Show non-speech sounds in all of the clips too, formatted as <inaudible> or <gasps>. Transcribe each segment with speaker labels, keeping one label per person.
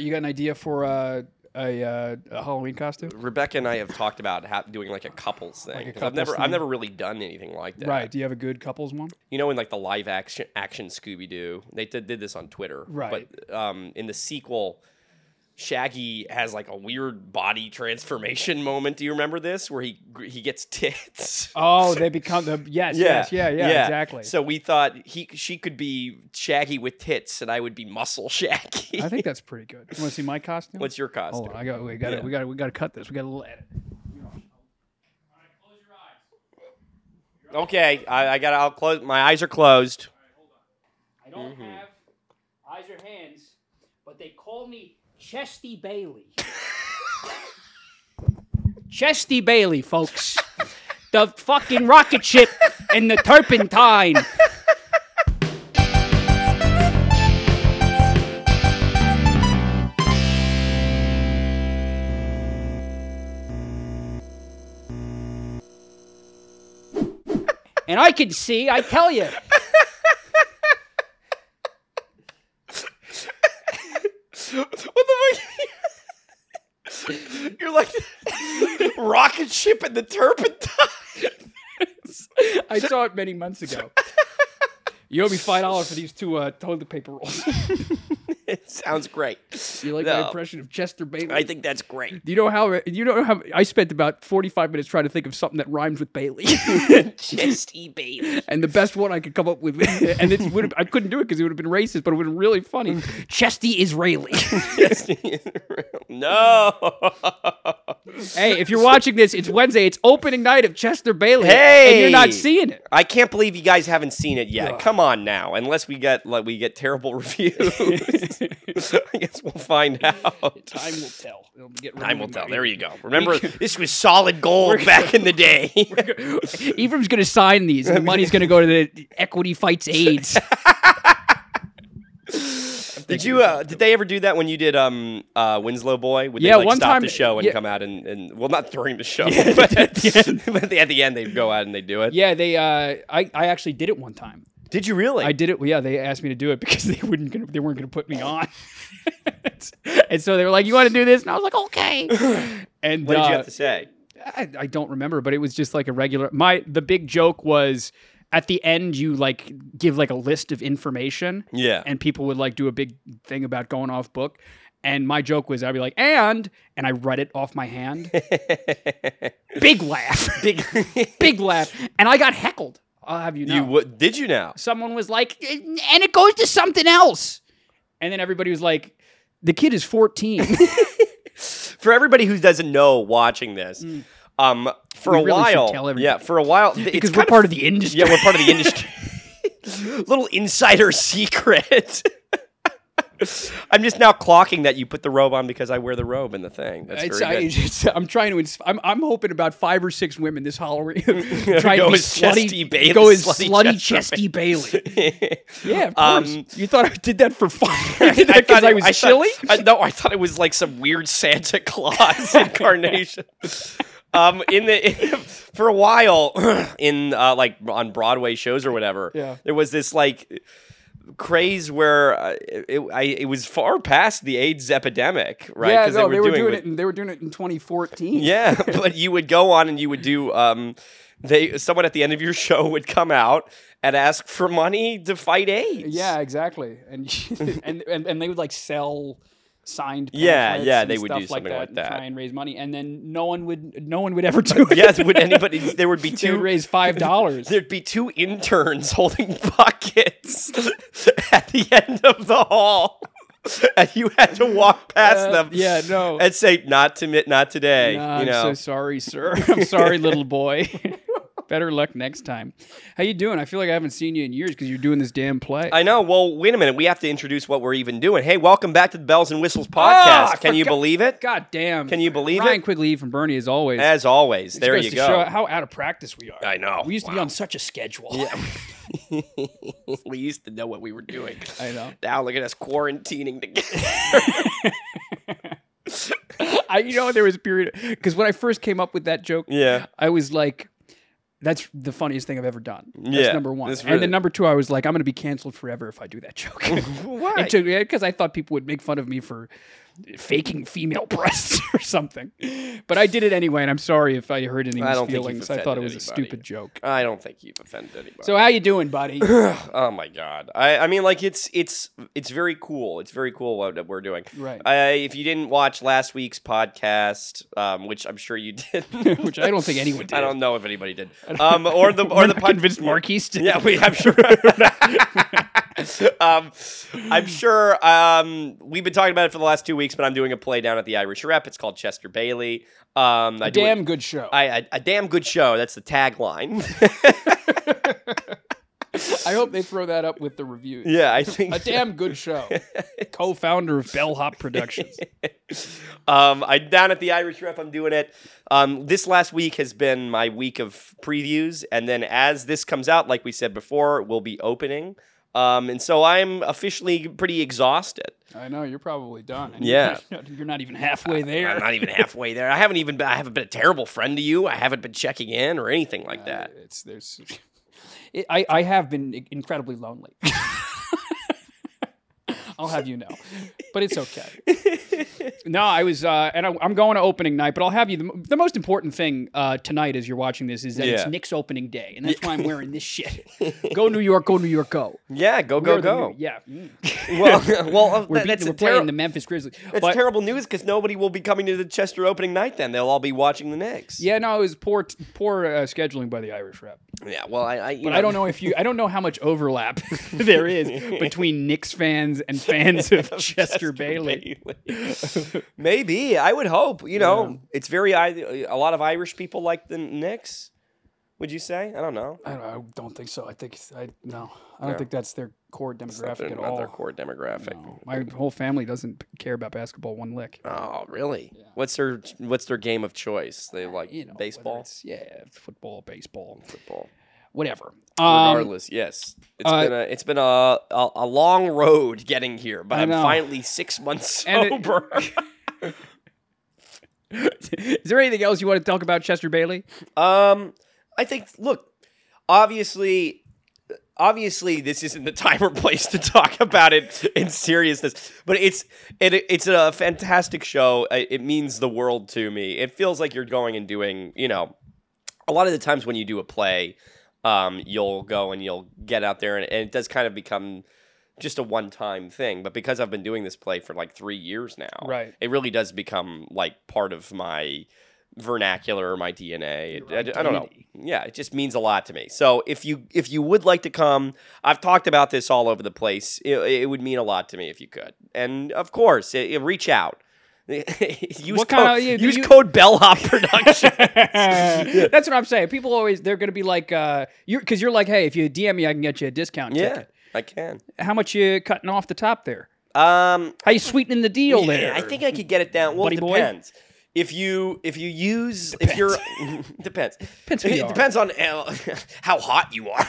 Speaker 1: You got an idea for uh, a, uh, a Halloween costume?
Speaker 2: Rebecca and I have talked about ha- doing like a couples thing.
Speaker 1: Like a
Speaker 2: 'cause I've never
Speaker 1: couples
Speaker 2: I've
Speaker 1: thing.
Speaker 2: never really done anything like that.
Speaker 1: Right. Do you have a good couples one?
Speaker 2: You know, in like the live action action Scooby Doo, they did, did this on Twitter.
Speaker 1: Right.
Speaker 2: But um, in the sequel, Shaggy has like a weird body transformation <laughs> moment. Do you remember this? Where he gr- he gets tits. <laughs>
Speaker 1: Oh, <laughs> they become the yes, yes, yeah, yeah, exactly.
Speaker 2: So we thought he she could be Shaggy with tits, and I would be muscle <laughs> Shaggy.
Speaker 1: I think Oh, that's pretty good. You want to see my costume?
Speaker 2: What's your costume?
Speaker 1: Hold on, I got we got to
Speaker 2: Yeah.
Speaker 1: we got to we got to cut this. We got a little edit.
Speaker 2: Okay, I, I got. I'll close. My eyes are closed.
Speaker 3: I don't have eyes or hands, but they call me Chesty Bailey. <laughs> Chesty Bailey, folks. the fucking rocket ship and the turpentine. And I can see, I tell you.
Speaker 2: what the fuck? You're like rocket ship in the turpentine.
Speaker 1: <laughs> I saw it many months
Speaker 2: <laughs>
Speaker 1: ago. You owe me five dollars for these two uh, toilet paper rolls. <laughs>
Speaker 2: it sounds great.
Speaker 1: You like
Speaker 2: No,
Speaker 1: my impression of Chester Bailey?
Speaker 2: I think that's great.
Speaker 1: Do you know how? do You know how? I spent about forty-five minutes trying to think of something that rhymes with
Speaker 2: <laughs>
Speaker 1: Bailey, <laughs>
Speaker 2: Chesty <laughs> Bailey.
Speaker 1: and the best one I could come up with, <laughs> and it would I couldn't do it because it would have been racist, but it would have been really
Speaker 2: <laughs>
Speaker 1: funny. Chesty Israeli.
Speaker 2: no.
Speaker 1: hey, if you're watching this, it's Wednesday. It's opening night of Chester Bailey, and
Speaker 2: Hey!
Speaker 1: you're not seeing it.
Speaker 2: I can't believe you guys haven't seen it yet. Come on now. Unless we get like we get terrible <laughs> reviews, I guess we'll find out.
Speaker 1: Time will tell. It'll get rid
Speaker 2: Time
Speaker 1: of
Speaker 2: will
Speaker 1: it.
Speaker 2: tell. There you go. Remember, this was solid gold back <laughs> in the day.
Speaker 1: Ephraim's going to sign these, and the money's going to go to the Equity
Speaker 2: <laughs>
Speaker 1: Fights AIDS.
Speaker 2: Did you? Uh, did they ever do that when you did um uh, Winslow Boy? Would
Speaker 1: Yeah,
Speaker 2: they, like,
Speaker 1: one
Speaker 2: stop
Speaker 1: time-
Speaker 2: the show and
Speaker 1: yeah.
Speaker 2: come out and, and well, not during
Speaker 1: <laughs>
Speaker 2: the show, but, at the end. <laughs> but at the end they'd go out and they do it.
Speaker 1: yeah, they. Uh, I I actually did it one time.
Speaker 2: Did you really?
Speaker 1: I did it. Yeah, they asked me to do it <laughs> because they wouldn't. Gonna, they weren't going to put me on. <laughs> and so they were like, "You want to do this?" And I was like,
Speaker 2: <laughs>
Speaker 1: "Okay." And
Speaker 2: what did you
Speaker 1: uh,
Speaker 2: have to say?
Speaker 1: I, I don't remember, but it was just like a regular. My the big joke was at the end you like give like a list of information.
Speaker 2: Yeah.
Speaker 1: And people would like do a big thing about going off book. And my joke was I'd be like, and and I read it off my
Speaker 2: <laughs>
Speaker 1: hand. big laugh.
Speaker 2: Big.
Speaker 1: <laughs> big laugh. And I got heckled. I'll have you know.
Speaker 2: You what? Did you now?
Speaker 1: Someone was like, and it goes to something else. And then everybody was like, the kid is
Speaker 2: <laughs>
Speaker 1: 14.
Speaker 2: for everybody who doesn't know watching this, um, for
Speaker 1: Mm. We
Speaker 2: a
Speaker 1: really should
Speaker 2: while,
Speaker 1: tell everybody.
Speaker 2: yeah, for a while, th- it's
Speaker 1: because we're
Speaker 2: kind
Speaker 1: part of the industry.
Speaker 2: yeah, we're part of the
Speaker 1: <laughs>
Speaker 2: industry. <laughs> Little insider secret. <laughs> I'm just now clocking that you put the robe on because I wear the robe in the thing. That's
Speaker 1: It's, uh, I,
Speaker 2: very good.
Speaker 1: it's, I'm trying to. Insp- I'm, I'm hoping about five or six women this
Speaker 2: <laughs>
Speaker 1: Halloween. <laughs> try
Speaker 2: Go
Speaker 1: to be
Speaker 2: as Chesty
Speaker 1: slutty,
Speaker 2: Bailey,
Speaker 1: go as
Speaker 2: slutty
Speaker 1: slutty
Speaker 2: Chester
Speaker 1: Chesty <laughs> Bailey. Yeah, of course.
Speaker 2: <laughs> Um,
Speaker 1: you thought I did that for
Speaker 2: <laughs>
Speaker 1: fun? <laughs> I did that because
Speaker 2: thought
Speaker 1: I
Speaker 2: it-
Speaker 1: was
Speaker 2: thought- <laughs>
Speaker 1: chilly.
Speaker 2: I, no, I thought it was like some weird Santa
Speaker 1: <laughs>
Speaker 2: <laughs> Claus incarnation. um, in the <laughs> for a while <clears throat> in uh, like on Broadway shows or whatever,
Speaker 1: Yeah.
Speaker 2: there was this like craze where uh, it, I, it was far past the AIDS epidemic, right?
Speaker 1: yeah,
Speaker 2: 'Cause
Speaker 1: no, they were doing,
Speaker 2: with-
Speaker 1: it. In, they were doing it in 2014.
Speaker 2: <laughs> yeah, but you would go on and you would do. Um, they someone at the end of your <laughs> show would come out and ask for money to fight AIDS.
Speaker 1: Yeah, exactly. And and, <laughs> and and they would like sell signed.
Speaker 2: Yeah,
Speaker 1: pamphlets
Speaker 2: yeah,
Speaker 1: and
Speaker 2: they would
Speaker 1: stuff
Speaker 2: do something like
Speaker 1: and
Speaker 2: that.
Speaker 1: try and raise money, and then no one would no one would
Speaker 2: <laughs>
Speaker 1: ever do it.
Speaker 2: Yes, would anybody? There would
Speaker 1: <laughs>
Speaker 2: be
Speaker 1: they would
Speaker 2: two
Speaker 1: raise
Speaker 2: <laughs>
Speaker 1: five dollars.
Speaker 2: There'd be two interns <laughs> holding buckets <laughs> at the end of the hall, <laughs> and you had to walk past
Speaker 1: Uh,
Speaker 2: them.
Speaker 1: yeah, no.
Speaker 2: and say not to mi- not today.
Speaker 1: Nah,
Speaker 2: you know,
Speaker 1: Uh, I'm so sorry, sir. <laughs> I'm sorry, little boy. <laughs> Better luck next time. How you doing? I feel like I haven't seen you in years because you're doing this damn play.
Speaker 2: I know. Well, wait a minute. We have to introduce what we're even doing. Hey, welcome back to the Bells and Whistles podcast.
Speaker 1: I
Speaker 2: Can
Speaker 1: Ah,
Speaker 2: you
Speaker 1: forgot-
Speaker 2: believe it?
Speaker 1: God damn!
Speaker 2: Can you believe
Speaker 1: Ryan
Speaker 2: it?
Speaker 1: Quigley from Bernie, as always.
Speaker 2: As always,
Speaker 1: Just
Speaker 2: there
Speaker 1: goes
Speaker 2: you
Speaker 1: to
Speaker 2: go.
Speaker 1: Show how out of practice we are.
Speaker 2: I know.
Speaker 1: We used to be on such a schedule.
Speaker 2: <laughs> we used to know what we were doing.
Speaker 1: I know.
Speaker 2: Now look at us quarantining together.
Speaker 1: <laughs> <laughs> I, you know, there was a period because when I first came up with that joke,
Speaker 2: Yeah.
Speaker 1: I was like, "That's the funniest thing I've ever done." That's
Speaker 2: Yeah,
Speaker 1: number one.
Speaker 2: that's
Speaker 1: And
Speaker 2: really-
Speaker 1: then number two, I was
Speaker 2: <laughs>
Speaker 1: like, "I'm going to be canceled forever if I do that joke."
Speaker 2: Why?
Speaker 1: Because I thought people would make fun of me for faking female <laughs> breasts or something. But I did it anyway, and I'm sorry if I hurt
Speaker 2: I
Speaker 1: anyone's
Speaker 2: don't think you've
Speaker 1: feelings. I thought it was a
Speaker 2: offended
Speaker 1: stupid joke.
Speaker 2: I don't think you've offended anybody.
Speaker 1: So how you doing,
Speaker 2: <laughs>
Speaker 1: buddy?
Speaker 2: oh my god. I, I mean like it's it's it's very cool. It's very cool what we're doing.
Speaker 1: right.
Speaker 2: I, if you didn't watch last week's podcast, um, which I'm sure
Speaker 1: <laughs>
Speaker 2: you did,
Speaker 1: Which I don't think anyone did.
Speaker 2: <laughs> I don't know if anybody did. Um, or the or
Speaker 1: We're
Speaker 2: the
Speaker 1: not
Speaker 2: pod-
Speaker 1: convinced Marquise did.
Speaker 2: <laughs> Yeah, we. I'm sure. <laughs> um, I'm sure. Um, we've been talking about it for the last two weeks, but I'm doing a play down at the Irish Rep. It's called Chester Bailey. Um, I do it-
Speaker 1: Damn good show.
Speaker 2: I, I, a damn good show. That's the tagline.
Speaker 1: <laughs>
Speaker 2: <laughs>
Speaker 1: I hope they throw that up with the reviews.
Speaker 2: <laughs> yeah, I think.
Speaker 1: A damn good
Speaker 2: <laughs>
Speaker 1: show. Co-founder of Bellhop Productions.
Speaker 2: um, I down at the Irish Rep. I'm doing it. Um, this last week has been my week of previews, and then as this comes out, like we said before, we'll be opening. Um, and so I'm officially pretty exhausted.
Speaker 1: I know you're probably done. And
Speaker 2: Yeah.
Speaker 1: you're <laughs> not- you're not even halfway there.
Speaker 2: I'm not even halfway there. I haven't even been, I haven't been a terrible friend to you. I haven't been checking in or anything like
Speaker 1: Uh,
Speaker 2: that.
Speaker 1: It's there's. It, I I have been i- incredibly lonely. <laughs> I'll have you know, but it's okay.
Speaker 2: <laughs>
Speaker 1: No, I was, uh, and I, I'm going to opening night. But I'll have you. The, m- the most important thing uh, tonight, as you're watching this, is that it's
Speaker 2: Yeah.
Speaker 1: Nick's opening day, and that's why I'm wearing this shit.
Speaker 2: <laughs>
Speaker 1: go New York, go New York, go,
Speaker 2: Yeah, go
Speaker 1: We're
Speaker 2: go
Speaker 1: the
Speaker 2: go.
Speaker 1: New- yeah, mm.
Speaker 2: <laughs> Well, well, uh,
Speaker 1: we're,
Speaker 2: that-
Speaker 1: beating,
Speaker 2: that's
Speaker 1: we're
Speaker 2: a
Speaker 1: playing
Speaker 2: terrible.
Speaker 1: the Memphis Grizzlies.
Speaker 2: That's
Speaker 1: But-
Speaker 2: terrible news because nobody will be coming to the Chester opening night. Then they'll all be watching the Knicks.
Speaker 1: Yeah, no, it was poor, t- poor uh, scheduling by the Irish rep.
Speaker 2: Yeah. Well, I. I you
Speaker 1: But I don't know if you. I don't know how much overlap <laughs> there is between Knicks fans and <laughs> fans of Chester,
Speaker 2: <laughs>
Speaker 1: Bailey.
Speaker 2: Bailey. <laughs> Maybe I would hope. You know, it's very I- a lot of Irish people like the Knicks. Would you say? I don't know.
Speaker 1: I don't, I don't think so. I think it's- I no. I don't
Speaker 2: No.
Speaker 1: think that's their core
Speaker 2: They're
Speaker 1: demographic at
Speaker 2: not
Speaker 1: all.
Speaker 2: their core demographic.
Speaker 1: No. My whole family doesn't care about basketball one lick.
Speaker 2: Oh, really? What's their What's their game of choice? They like
Speaker 1: You know, whether
Speaker 2: baseball,
Speaker 1: it's- yeah, football, baseball,
Speaker 2: football.
Speaker 1: whatever. Um,
Speaker 2: Regardless, yes, It's
Speaker 1: uh,
Speaker 2: been a it's been a, a a long road getting here, but
Speaker 1: I
Speaker 2: I'm
Speaker 1: know.
Speaker 2: finally six months
Speaker 1: And it- <laughs>
Speaker 2: sober.
Speaker 1: is there anything else you want to talk about, Chester <laughs> Bailey?
Speaker 2: um, I think look, obviously. Obviously, this isn't the time or place to talk about it in seriousness, but it's it, it's a fantastic show. I- It means the world to me. It feels like you're going and doing, you know, a lot of the times when you do a play, um, you'll go and you'll get out there, and, and it does kind of become just a one time thing. But because I've been doing this play for like three years now,
Speaker 1: Right.
Speaker 2: it really does become like part of my vernacular or my DNA. It-
Speaker 1: Your
Speaker 2: I, I don't know.
Speaker 1: identity.
Speaker 2: Yeah, it just means a lot to me. So if you if you would like to come, I've talked about this all over the place. It, it would mean a lot to me if you could, and of course, i i- reach out. <laughs> use
Speaker 1: What
Speaker 2: code,
Speaker 1: kind of- yeah, do
Speaker 2: use
Speaker 1: you-
Speaker 2: code
Speaker 1: <laughs>
Speaker 2: Bellhop Production.
Speaker 1: That's what I'm saying. People always they're going to be like, uh, you're because you're like, hey, if you DM me, I can get you a discount.
Speaker 2: yeah,
Speaker 1: ticket.
Speaker 2: I can.
Speaker 1: How much you cutting off the top there?
Speaker 2: Um,
Speaker 1: How you sweetening the deal
Speaker 2: yeah,
Speaker 1: there?
Speaker 2: I think I could get it down. Well, it
Speaker 1: Buddy boy?
Speaker 2: depends. If you if you use
Speaker 1: <laughs>
Speaker 2: if you're depends
Speaker 1: Depends who you
Speaker 2: it
Speaker 1: are.
Speaker 2: depends on uh, how hot
Speaker 1: <laughs>
Speaker 2: you are.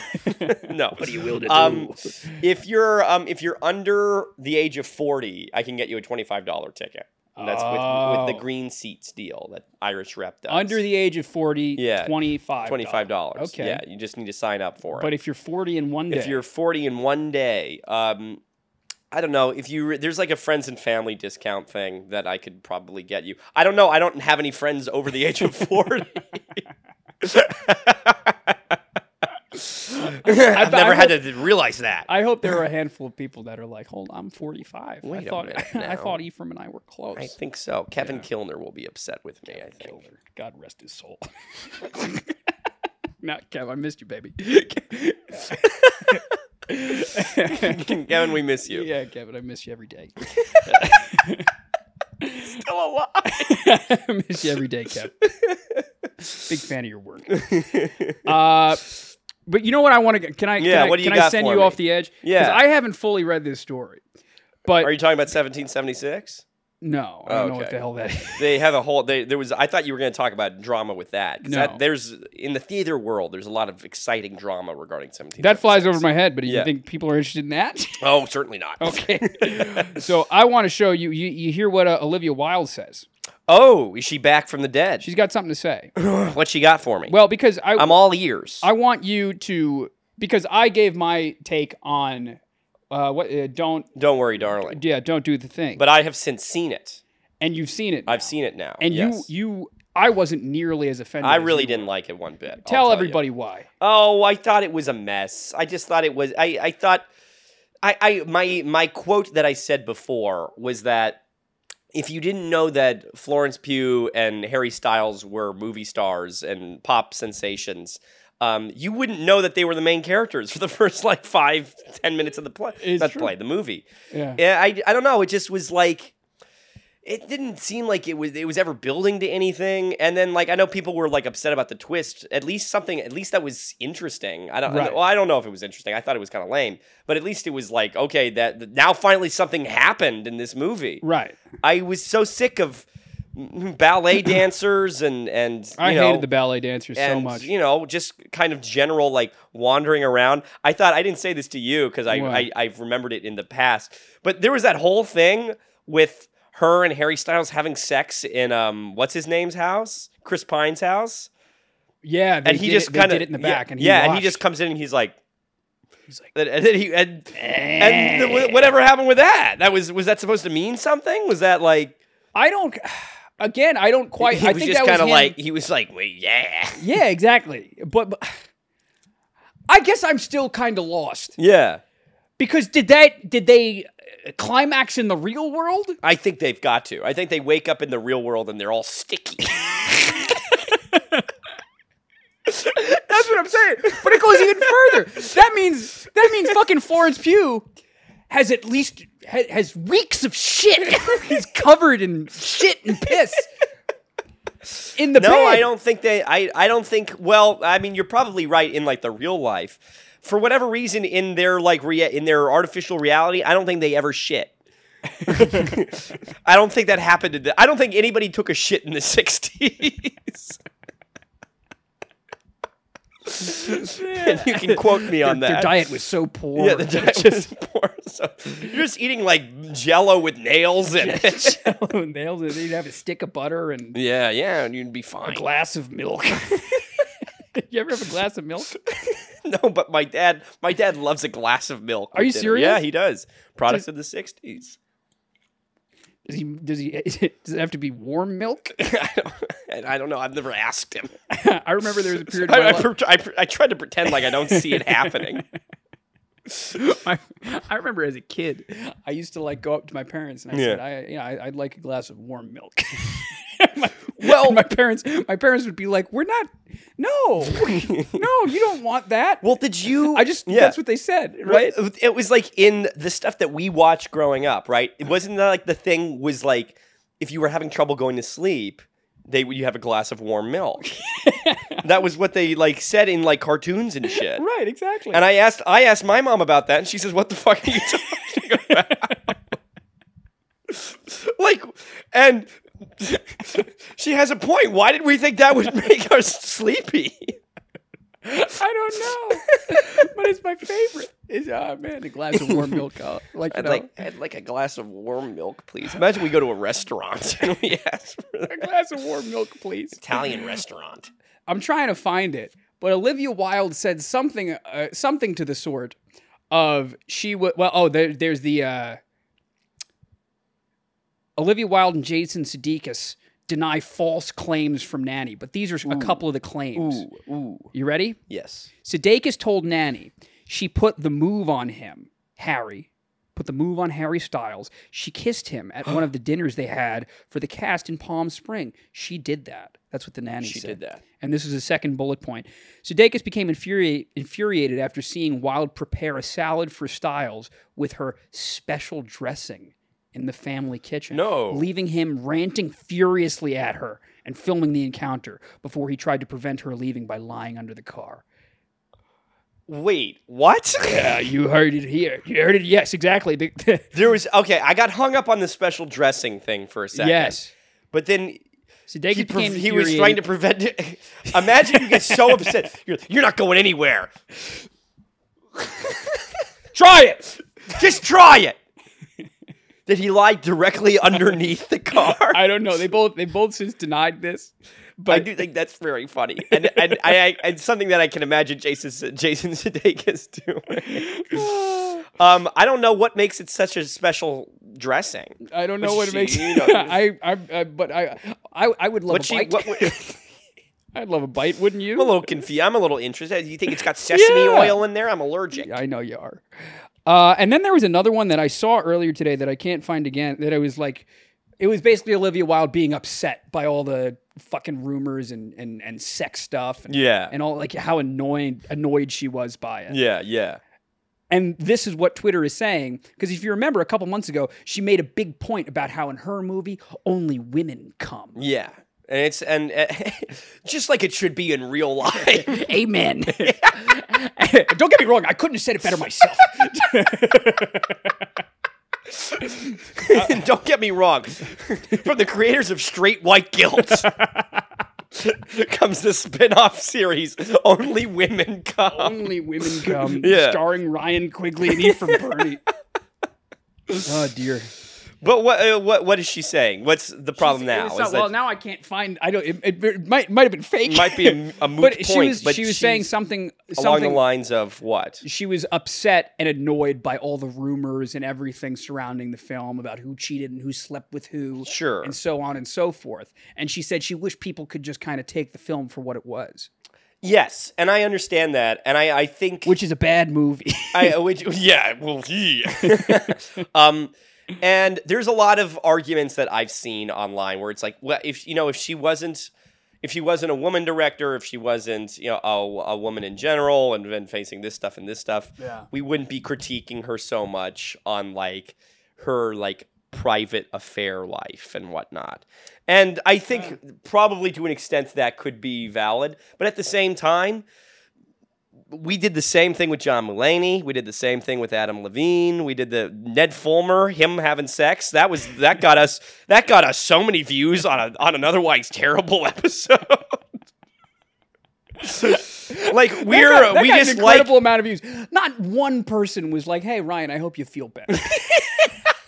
Speaker 2: no, what
Speaker 1: you will to
Speaker 2: Um,
Speaker 1: do.
Speaker 2: if you're um if you're under the age of forty, I can get you a twenty five dollar ticket. And that's with, with
Speaker 1: Oh.
Speaker 2: the green seats deal that Irish Rep does.
Speaker 1: under the age of 40,
Speaker 2: Yeah.
Speaker 1: 25.
Speaker 2: twenty five dollars.
Speaker 1: Okay.
Speaker 2: Yeah, you just need to sign up for it.
Speaker 1: But if you're 40 in one day,
Speaker 2: if you're 40 in one day um i don't know if you re- there's like a friends and family discount thing that i could probably get you i don't know i don't have any friends over the age of <laughs> 40 I've never
Speaker 1: I
Speaker 2: had to realize that.
Speaker 1: I hope there are
Speaker 2: <coughs>
Speaker 1: a handful of people that are like, hold on, I'm 45.
Speaker 2: Wait
Speaker 1: I
Speaker 2: a
Speaker 1: thought
Speaker 2: minute
Speaker 1: <laughs> I
Speaker 2: now.
Speaker 1: thought Ephraim and I were close.
Speaker 2: I think so. Kevin Kilner will be upset with me. I think.
Speaker 1: Killer. God rest his soul. <laughs> Not Kev, I missed you,
Speaker 2: <laughs>
Speaker 1: baby. <laughs>
Speaker 2: <laughs> Kevin, we miss you.
Speaker 1: <laughs> yeah, Kevin, I miss you every
Speaker 2: <laughs>
Speaker 1: day.
Speaker 2: Still alive.
Speaker 1: <laughs> I miss you every day, Kev. Big fan of your
Speaker 2: <laughs>
Speaker 1: work. Uh, but you know what I want to? Can I?
Speaker 2: Yeah,
Speaker 1: Can I,
Speaker 2: what do you
Speaker 1: can I
Speaker 2: got
Speaker 1: send
Speaker 2: for
Speaker 1: you
Speaker 2: me?
Speaker 1: off the edge? 'Cause
Speaker 2: Yeah.
Speaker 1: I haven't fully read this story, but
Speaker 2: Are you talking about 1776?
Speaker 1: no, I don't know what
Speaker 2: Okay.
Speaker 1: the hell that is.
Speaker 2: they have a whole they, there was i thought you were going to talk about drama with that, 'cause
Speaker 1: No.
Speaker 2: that there's in the theater world there's a lot of exciting drama regarding 17
Speaker 1: That flies over my head. But do you
Speaker 2: Yeah.
Speaker 1: think people are interested in
Speaker 2: <laughs>
Speaker 1: that?
Speaker 2: oh certainly not
Speaker 1: okay. so I want to show you. You, you hear what uh, Olivia Wilde says?
Speaker 2: oh is she back from the dead
Speaker 1: She's got something to say.
Speaker 2: <clears throat> what she got for me
Speaker 1: Well, because I
Speaker 2: i'm all ears
Speaker 1: I want you to because I gave my take on uh, what? Uh, don't.
Speaker 2: Don't worry, darling.
Speaker 1: Yeah, don't do the thing.
Speaker 2: But I have since seen it.
Speaker 1: and you've seen it.
Speaker 2: I've
Speaker 1: now.
Speaker 2: seen it now.
Speaker 1: And
Speaker 2: yes.
Speaker 1: you, you, I wasn't nearly as offended.
Speaker 2: I
Speaker 1: as
Speaker 2: really
Speaker 1: you
Speaker 2: didn't
Speaker 1: were.
Speaker 2: like it one bit. I'll
Speaker 1: Tell,
Speaker 2: you.
Speaker 1: everybody why.
Speaker 2: Oh, I thought it was a mess. I just thought it was. I I thought. I, I my my quote that I said before was that if you didn't know that Florence Pugh and Harry Styles were movie stars and pop sensations, um, you wouldn't know that they were the main characters for the <laughs> first like five ten minutes of the play.
Speaker 1: It's
Speaker 2: not
Speaker 1: true.
Speaker 2: play the movie.
Speaker 1: Yeah.
Speaker 2: Yeah, I, I don't know. It just was like it didn't seem like it was it was ever building to anything. And then like I know people were like upset about the twist. At least something at least that was interesting. I don't
Speaker 1: Right.
Speaker 2: well, I don't know if it was interesting. I thought it was kind of lame. But at least it was like, okay, that that now finally something happened in this movie.
Speaker 1: Right.
Speaker 2: I was so sick of mm, ballet dancers and and you
Speaker 1: I
Speaker 2: know,
Speaker 1: hated the ballet dancers so
Speaker 2: and
Speaker 1: much.
Speaker 2: you know just kind of general like wandering around i thought i didn't say this to you because I,
Speaker 1: What?
Speaker 2: I i've remembered it in the past but there was that whole thing with her and harry styles having sex in um what's his name's house chris pine's house
Speaker 1: yeah. They
Speaker 2: and he
Speaker 1: did
Speaker 2: just
Speaker 1: it- they
Speaker 2: kind of
Speaker 1: did it in the back,
Speaker 2: yeah,
Speaker 1: and he
Speaker 2: yeah
Speaker 1: watched.
Speaker 2: and he just comes in and he's like
Speaker 1: He's like, "Eh."
Speaker 2: and, and then he and, and the- whatever happened with that that was was that supposed to mean something was that like
Speaker 1: I don't. Again, I don't quite.
Speaker 2: he
Speaker 1: I
Speaker 2: was
Speaker 1: think
Speaker 2: just
Speaker 1: that was
Speaker 2: kind of
Speaker 1: him-
Speaker 2: like he was like well, yeah
Speaker 1: Yeah, exactly. But, but I guess I'm still kind of lost
Speaker 2: yeah
Speaker 1: because did that did they uh, climax in the real world?
Speaker 2: I think they've got to. I think they wake up in the real world and they're all sticky. That's what I'm saying.
Speaker 1: But it goes even further. <laughs> That means that means fucking Florence Pugh has at least ha- has weeks of shit. <laughs> He's covered in shit and piss in the
Speaker 2: <laughs> No,
Speaker 1: bed.
Speaker 2: I don't think they. I I don't think. Well, I mean, you're probably right in like the real life. For whatever reason, in their like rea- in their artificial reality, I don't think they ever shit. <laughs> I don't think that happened. To the, I don't think anybody took a shit in the <laughs> '60s. and you can quote me
Speaker 1: Their,
Speaker 2: on that.
Speaker 1: their diet was so poor. <laughs>
Speaker 2: Yeah, the <laughs> diet was poor. So you're just eating like Jello with nails in
Speaker 1: <laughs>
Speaker 2: it.
Speaker 1: Nails it. They'd have a stick of butter and
Speaker 2: yeah, yeah, and you'd be
Speaker 1: a
Speaker 2: fine.
Speaker 1: glass of <laughs> milk. you ever have a glass of milk?
Speaker 2: <laughs> No, but my dad, my dad loves a glass of milk.
Speaker 1: Are
Speaker 2: with
Speaker 1: you
Speaker 2: dinner.
Speaker 1: serious?
Speaker 2: Yeah, he does. Product of the '60s.
Speaker 1: Does he? Does he? <laughs> Does it have to be warm milk?
Speaker 2: <laughs>
Speaker 1: <laughs>
Speaker 2: I don't, and I don't know. I've never asked him.
Speaker 1: I remember there was a period. Of my
Speaker 2: I, I,
Speaker 1: life-
Speaker 2: pre- I, pre- I tried to pretend like I don't see it happening.
Speaker 1: <laughs> I, I remember as a kid, I used to like go up to my parents and I said,
Speaker 2: Yeah.
Speaker 1: I, you know, I, I'd like a glass of warm milk. <laughs> well,
Speaker 2: Well-
Speaker 1: my parents, my parents would be like, "We're not, no, no, you don't want that."
Speaker 2: Well, did you?
Speaker 1: I just,
Speaker 2: yeah.
Speaker 1: that's what they said, right?
Speaker 2: Well, It was like in the stuff that we watched growing up, right? It wasn't that like the thing was like if you were having trouble going to sleep, they would you have a glass of warm milk. that was what they like said in like cartoons and shit.
Speaker 1: Right, exactly.
Speaker 2: <laughs> And I asked I asked my mom about that and she says, What the fuck are you talking about? <laughs> like and <laughs> she has a point. Why did we think that would make us <laughs> sleepy?
Speaker 1: I don't know, but it's my favorite. It's, oh man, a glass of warm milk, uh, like, you
Speaker 2: I'd
Speaker 1: know,
Speaker 2: like I'd like a glass of warm milk, please. Imagine we go to a restaurant <laughs> and we ask for
Speaker 1: a
Speaker 2: an
Speaker 1: glass of warm milk, please.
Speaker 2: Italian restaurant.
Speaker 1: I'm trying to find it, but Olivia Wilde said something, uh, something to the sort of she would. Well, oh, there, there's the uh, Olivia Wilde and Jason Sudeikis deny false claims from Nanny, but these are a couple of the claims.
Speaker 2: ooh.
Speaker 1: You ready?
Speaker 2: Yes.
Speaker 1: Sudeikis told Nanny she put the move on him, Harry. Put the move on Harry Styles. She kissed him
Speaker 2: <gasps>
Speaker 1: at one of the dinners they had for the cast in Palm Spring. She did that. That's what the nanny
Speaker 2: She
Speaker 1: said.
Speaker 2: did that.
Speaker 1: And this is the second bullet point. Sudeikis became infuriate, infuriated after seeing Wilde prepare a salad for Styles with her special dressing in the family kitchen.
Speaker 2: No.
Speaker 1: Leaving him ranting furiously at her and filming the encounter before he tried to prevent her leaving by lying under the car.
Speaker 2: Wait, what? <laughs>
Speaker 1: Yeah, you heard it here. You heard it. Yes, exactly. The- <laughs> the-
Speaker 2: there was okay, I got hung up on the special dressing thing for a second.
Speaker 1: yes.
Speaker 2: But then
Speaker 1: Sudeikis
Speaker 2: he, pre-
Speaker 1: became
Speaker 2: he was trying
Speaker 1: infuriated.
Speaker 2: to prevent it. <laughs> Imagine you get so upset. You're, you're not going anywhere. <laughs>
Speaker 1: try it.
Speaker 2: Just try it. Did he lie directly underneath the car?
Speaker 1: I don't know. They both they both since denied this. But
Speaker 2: I do think that's very funny, and and I, I and something that I can imagine Jason Jason Sudeikis doing. <sighs> Um, I don't know what makes it such a special dressing.
Speaker 1: I don't
Speaker 2: But
Speaker 1: know what
Speaker 2: she-
Speaker 1: makes. <laughs>
Speaker 2: you know, just-
Speaker 1: I, I, I, but I, I, I would love
Speaker 2: What
Speaker 1: a
Speaker 2: she?
Speaker 1: bite.
Speaker 2: What, what-
Speaker 1: I'd love a bite, wouldn't
Speaker 2: I'm a
Speaker 1: you?
Speaker 2: little confused. I'm a little interested. You think it's got sesame
Speaker 1: Yeah.
Speaker 2: oil in there? I'm allergic.
Speaker 1: I know you are. Uh, and then there was another one that I saw earlier today that I can't find again. That I was like, it was basically Olivia Wilde being upset by all the fucking rumors and and and sex stuff. And,
Speaker 2: Yeah.
Speaker 1: And all like how annoyed annoyed she was by it.
Speaker 2: Yeah. Yeah.
Speaker 1: And this is what Twitter is saying. Because if you remember a couple months ago, she made a big point about how in her movie, only women come.
Speaker 2: Yeah. And it's and <laughs> uh, just like it should be in real life. <laughs>
Speaker 1: Amen. <laughs> Don't get me wrong, I couldn't have said it better
Speaker 2: <laughs>
Speaker 1: myself.
Speaker 2: <laughs> Don't get me wrong. From the creators of Straight White Guilt <laughs> comes the spin-off series Only Women Come.
Speaker 1: only <laughs> women come.
Speaker 2: Yeah.
Speaker 1: Starring Ryan Quigley and Ephraim Bernie. <laughs> oh dear.
Speaker 2: But what uh, what what is she saying? What's the problem now?
Speaker 1: It's
Speaker 2: Is
Speaker 1: not-
Speaker 2: that-
Speaker 1: well, now I can't find. I don't. It, it, it might might have been fake.
Speaker 2: might be a, a
Speaker 1: <laughs>
Speaker 2: moot
Speaker 1: but
Speaker 2: point.
Speaker 1: she was
Speaker 2: but
Speaker 1: she was
Speaker 2: she's
Speaker 1: saying something
Speaker 2: along the
Speaker 1: something
Speaker 2: lines of what?
Speaker 1: she was upset and annoyed by all the rumors and everything surrounding the film about who cheated and who slept with who
Speaker 2: Sure.
Speaker 1: and so on and so forth and she said she wished people could just kind of take the film for what it was
Speaker 2: Yes, and I understand that, and I I think
Speaker 1: which is a bad movie
Speaker 2: I which, yeah, well, yeah. <laughs> um, and there's a lot of arguments that I've seen online where it's like, well, if you know, if she wasn't, if she wasn't a woman director, if she wasn't, you know, a, a woman in general, and been facing this stuff and this stuff,
Speaker 1: Yeah.
Speaker 2: we wouldn't be critiquing her so much on like her like private affair life and whatnot. And I think probably to an extent that could be valid, but at the same time, we did the same thing with John Mulaney. We did the same thing with Adam Levine. We did the Ned Fulmer, him having sex. That was that got us that got us so many views on a on an otherwise terrible <laughs> episode. like we're
Speaker 1: That got
Speaker 2: we
Speaker 1: an
Speaker 2: just like
Speaker 1: incredible amount of views not one person was like hey ryan i hope you feel better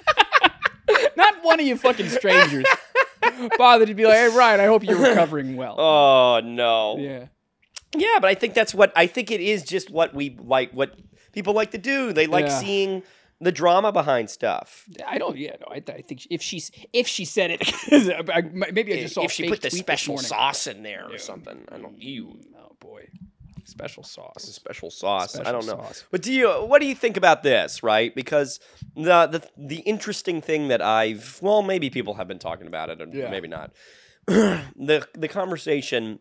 Speaker 1: <laughs> not one of you fucking
Speaker 2: <laughs>
Speaker 1: strangers bothered to be like hey ryan i hope you're recovering well
Speaker 2: oh no.
Speaker 1: yeah
Speaker 2: Yeah, but I think that's what I think it is just what we like what people like to do. They like
Speaker 1: Yeah.
Speaker 2: seeing the drama behind stuff.
Speaker 1: I don't. Yeah, no. I, th- I think she- if she's if she said it, <laughs> 'cause uh, I- I- maybe I just saw. a
Speaker 2: if she
Speaker 1: fake
Speaker 2: put the
Speaker 1: tweet this
Speaker 2: special
Speaker 1: morning.
Speaker 2: sauce in there or something. I don't you
Speaker 1: Oh boy, special sauce.
Speaker 2: special sauce. I
Speaker 1: Special
Speaker 2: don't know.
Speaker 1: sauce.
Speaker 2: But do you what do you think about this, right? Because the the the interesting thing that I've well, maybe people have been talking about it and
Speaker 1: Yeah.
Speaker 2: maybe not. <clears throat> the the conversation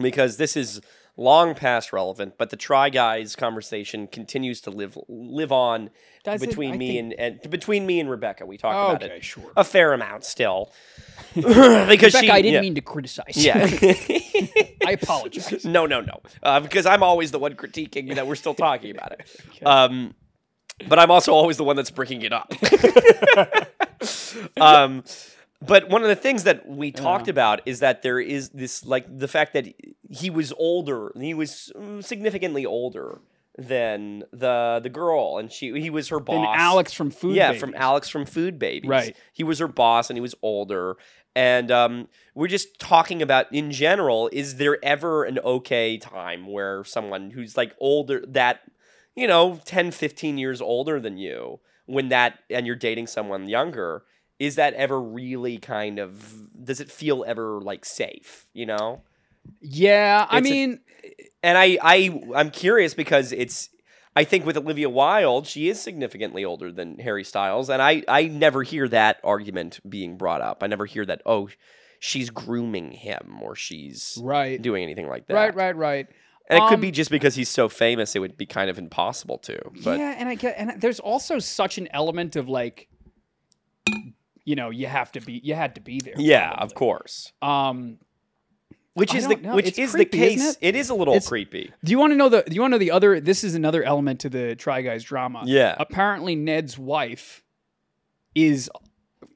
Speaker 2: because this is long past relevant, but the try guys conversation continues to live live on
Speaker 1: Does it?
Speaker 2: between
Speaker 1: I
Speaker 2: me
Speaker 1: think-
Speaker 2: and, and between me and Rebecca. We talk about
Speaker 1: Okay,
Speaker 2: it
Speaker 1: sure.
Speaker 2: a fair amount
Speaker 1: <laughs>
Speaker 2: still. <laughs> because
Speaker 1: Becca,
Speaker 2: she,
Speaker 1: I didn't
Speaker 2: yeah.
Speaker 1: mean to criticize.
Speaker 2: <laughs> Yeah.
Speaker 1: I
Speaker 2: <laughs>
Speaker 1: apologize.
Speaker 2: No, no, no. Uh, because I'm always the one critiquing that we're still talking about it. Um, but I'm also always the one that's bringing it up. um, but one of the things that we talked about is that there is this, like, the fact that he was older, he was mm, significantly older than the the girl, and she he was her boss.
Speaker 1: And Alex from Food.
Speaker 2: Yeah,
Speaker 1: Babies.
Speaker 2: from Alex from Food Babies.
Speaker 1: Right.
Speaker 2: He was her boss and he was older. And um, we're just talking about in general, is there ever an okay time where someone who's like older, that, you know, 10, 15 years older than you, when that, and you're dating someone younger, is that ever really kind of, does it feel ever like safe, you know?
Speaker 1: Yeah, I
Speaker 2: It's a-
Speaker 1: mean,
Speaker 2: And I, I, I'm curious because it's. I think with Olivia Wilde, she is significantly older than Harry Styles, and I, I never hear that argument being brought up. I never hear that. Oh, she's grooming him, or she's
Speaker 1: right,
Speaker 2: doing anything like that.
Speaker 1: right, right, right.
Speaker 2: And it could
Speaker 1: Um,
Speaker 2: be just because he's so famous, it would be kind of impossible to. But
Speaker 1: yeah, and I get, and there's also such an element of like, you know, you have to be, you had to be there.
Speaker 2: yeah, of course.
Speaker 1: Um,
Speaker 2: Which
Speaker 1: I
Speaker 2: is the
Speaker 1: don't know.
Speaker 2: which
Speaker 1: It's
Speaker 2: is the
Speaker 1: creepy, isn't
Speaker 2: case.
Speaker 1: it?
Speaker 2: It is a little
Speaker 1: It's-
Speaker 2: creepy.
Speaker 1: Do you want to know the? Do you want to know the other? This is another element to the Try Guys drama.
Speaker 2: Yeah.
Speaker 1: Apparently, Ned's wife is,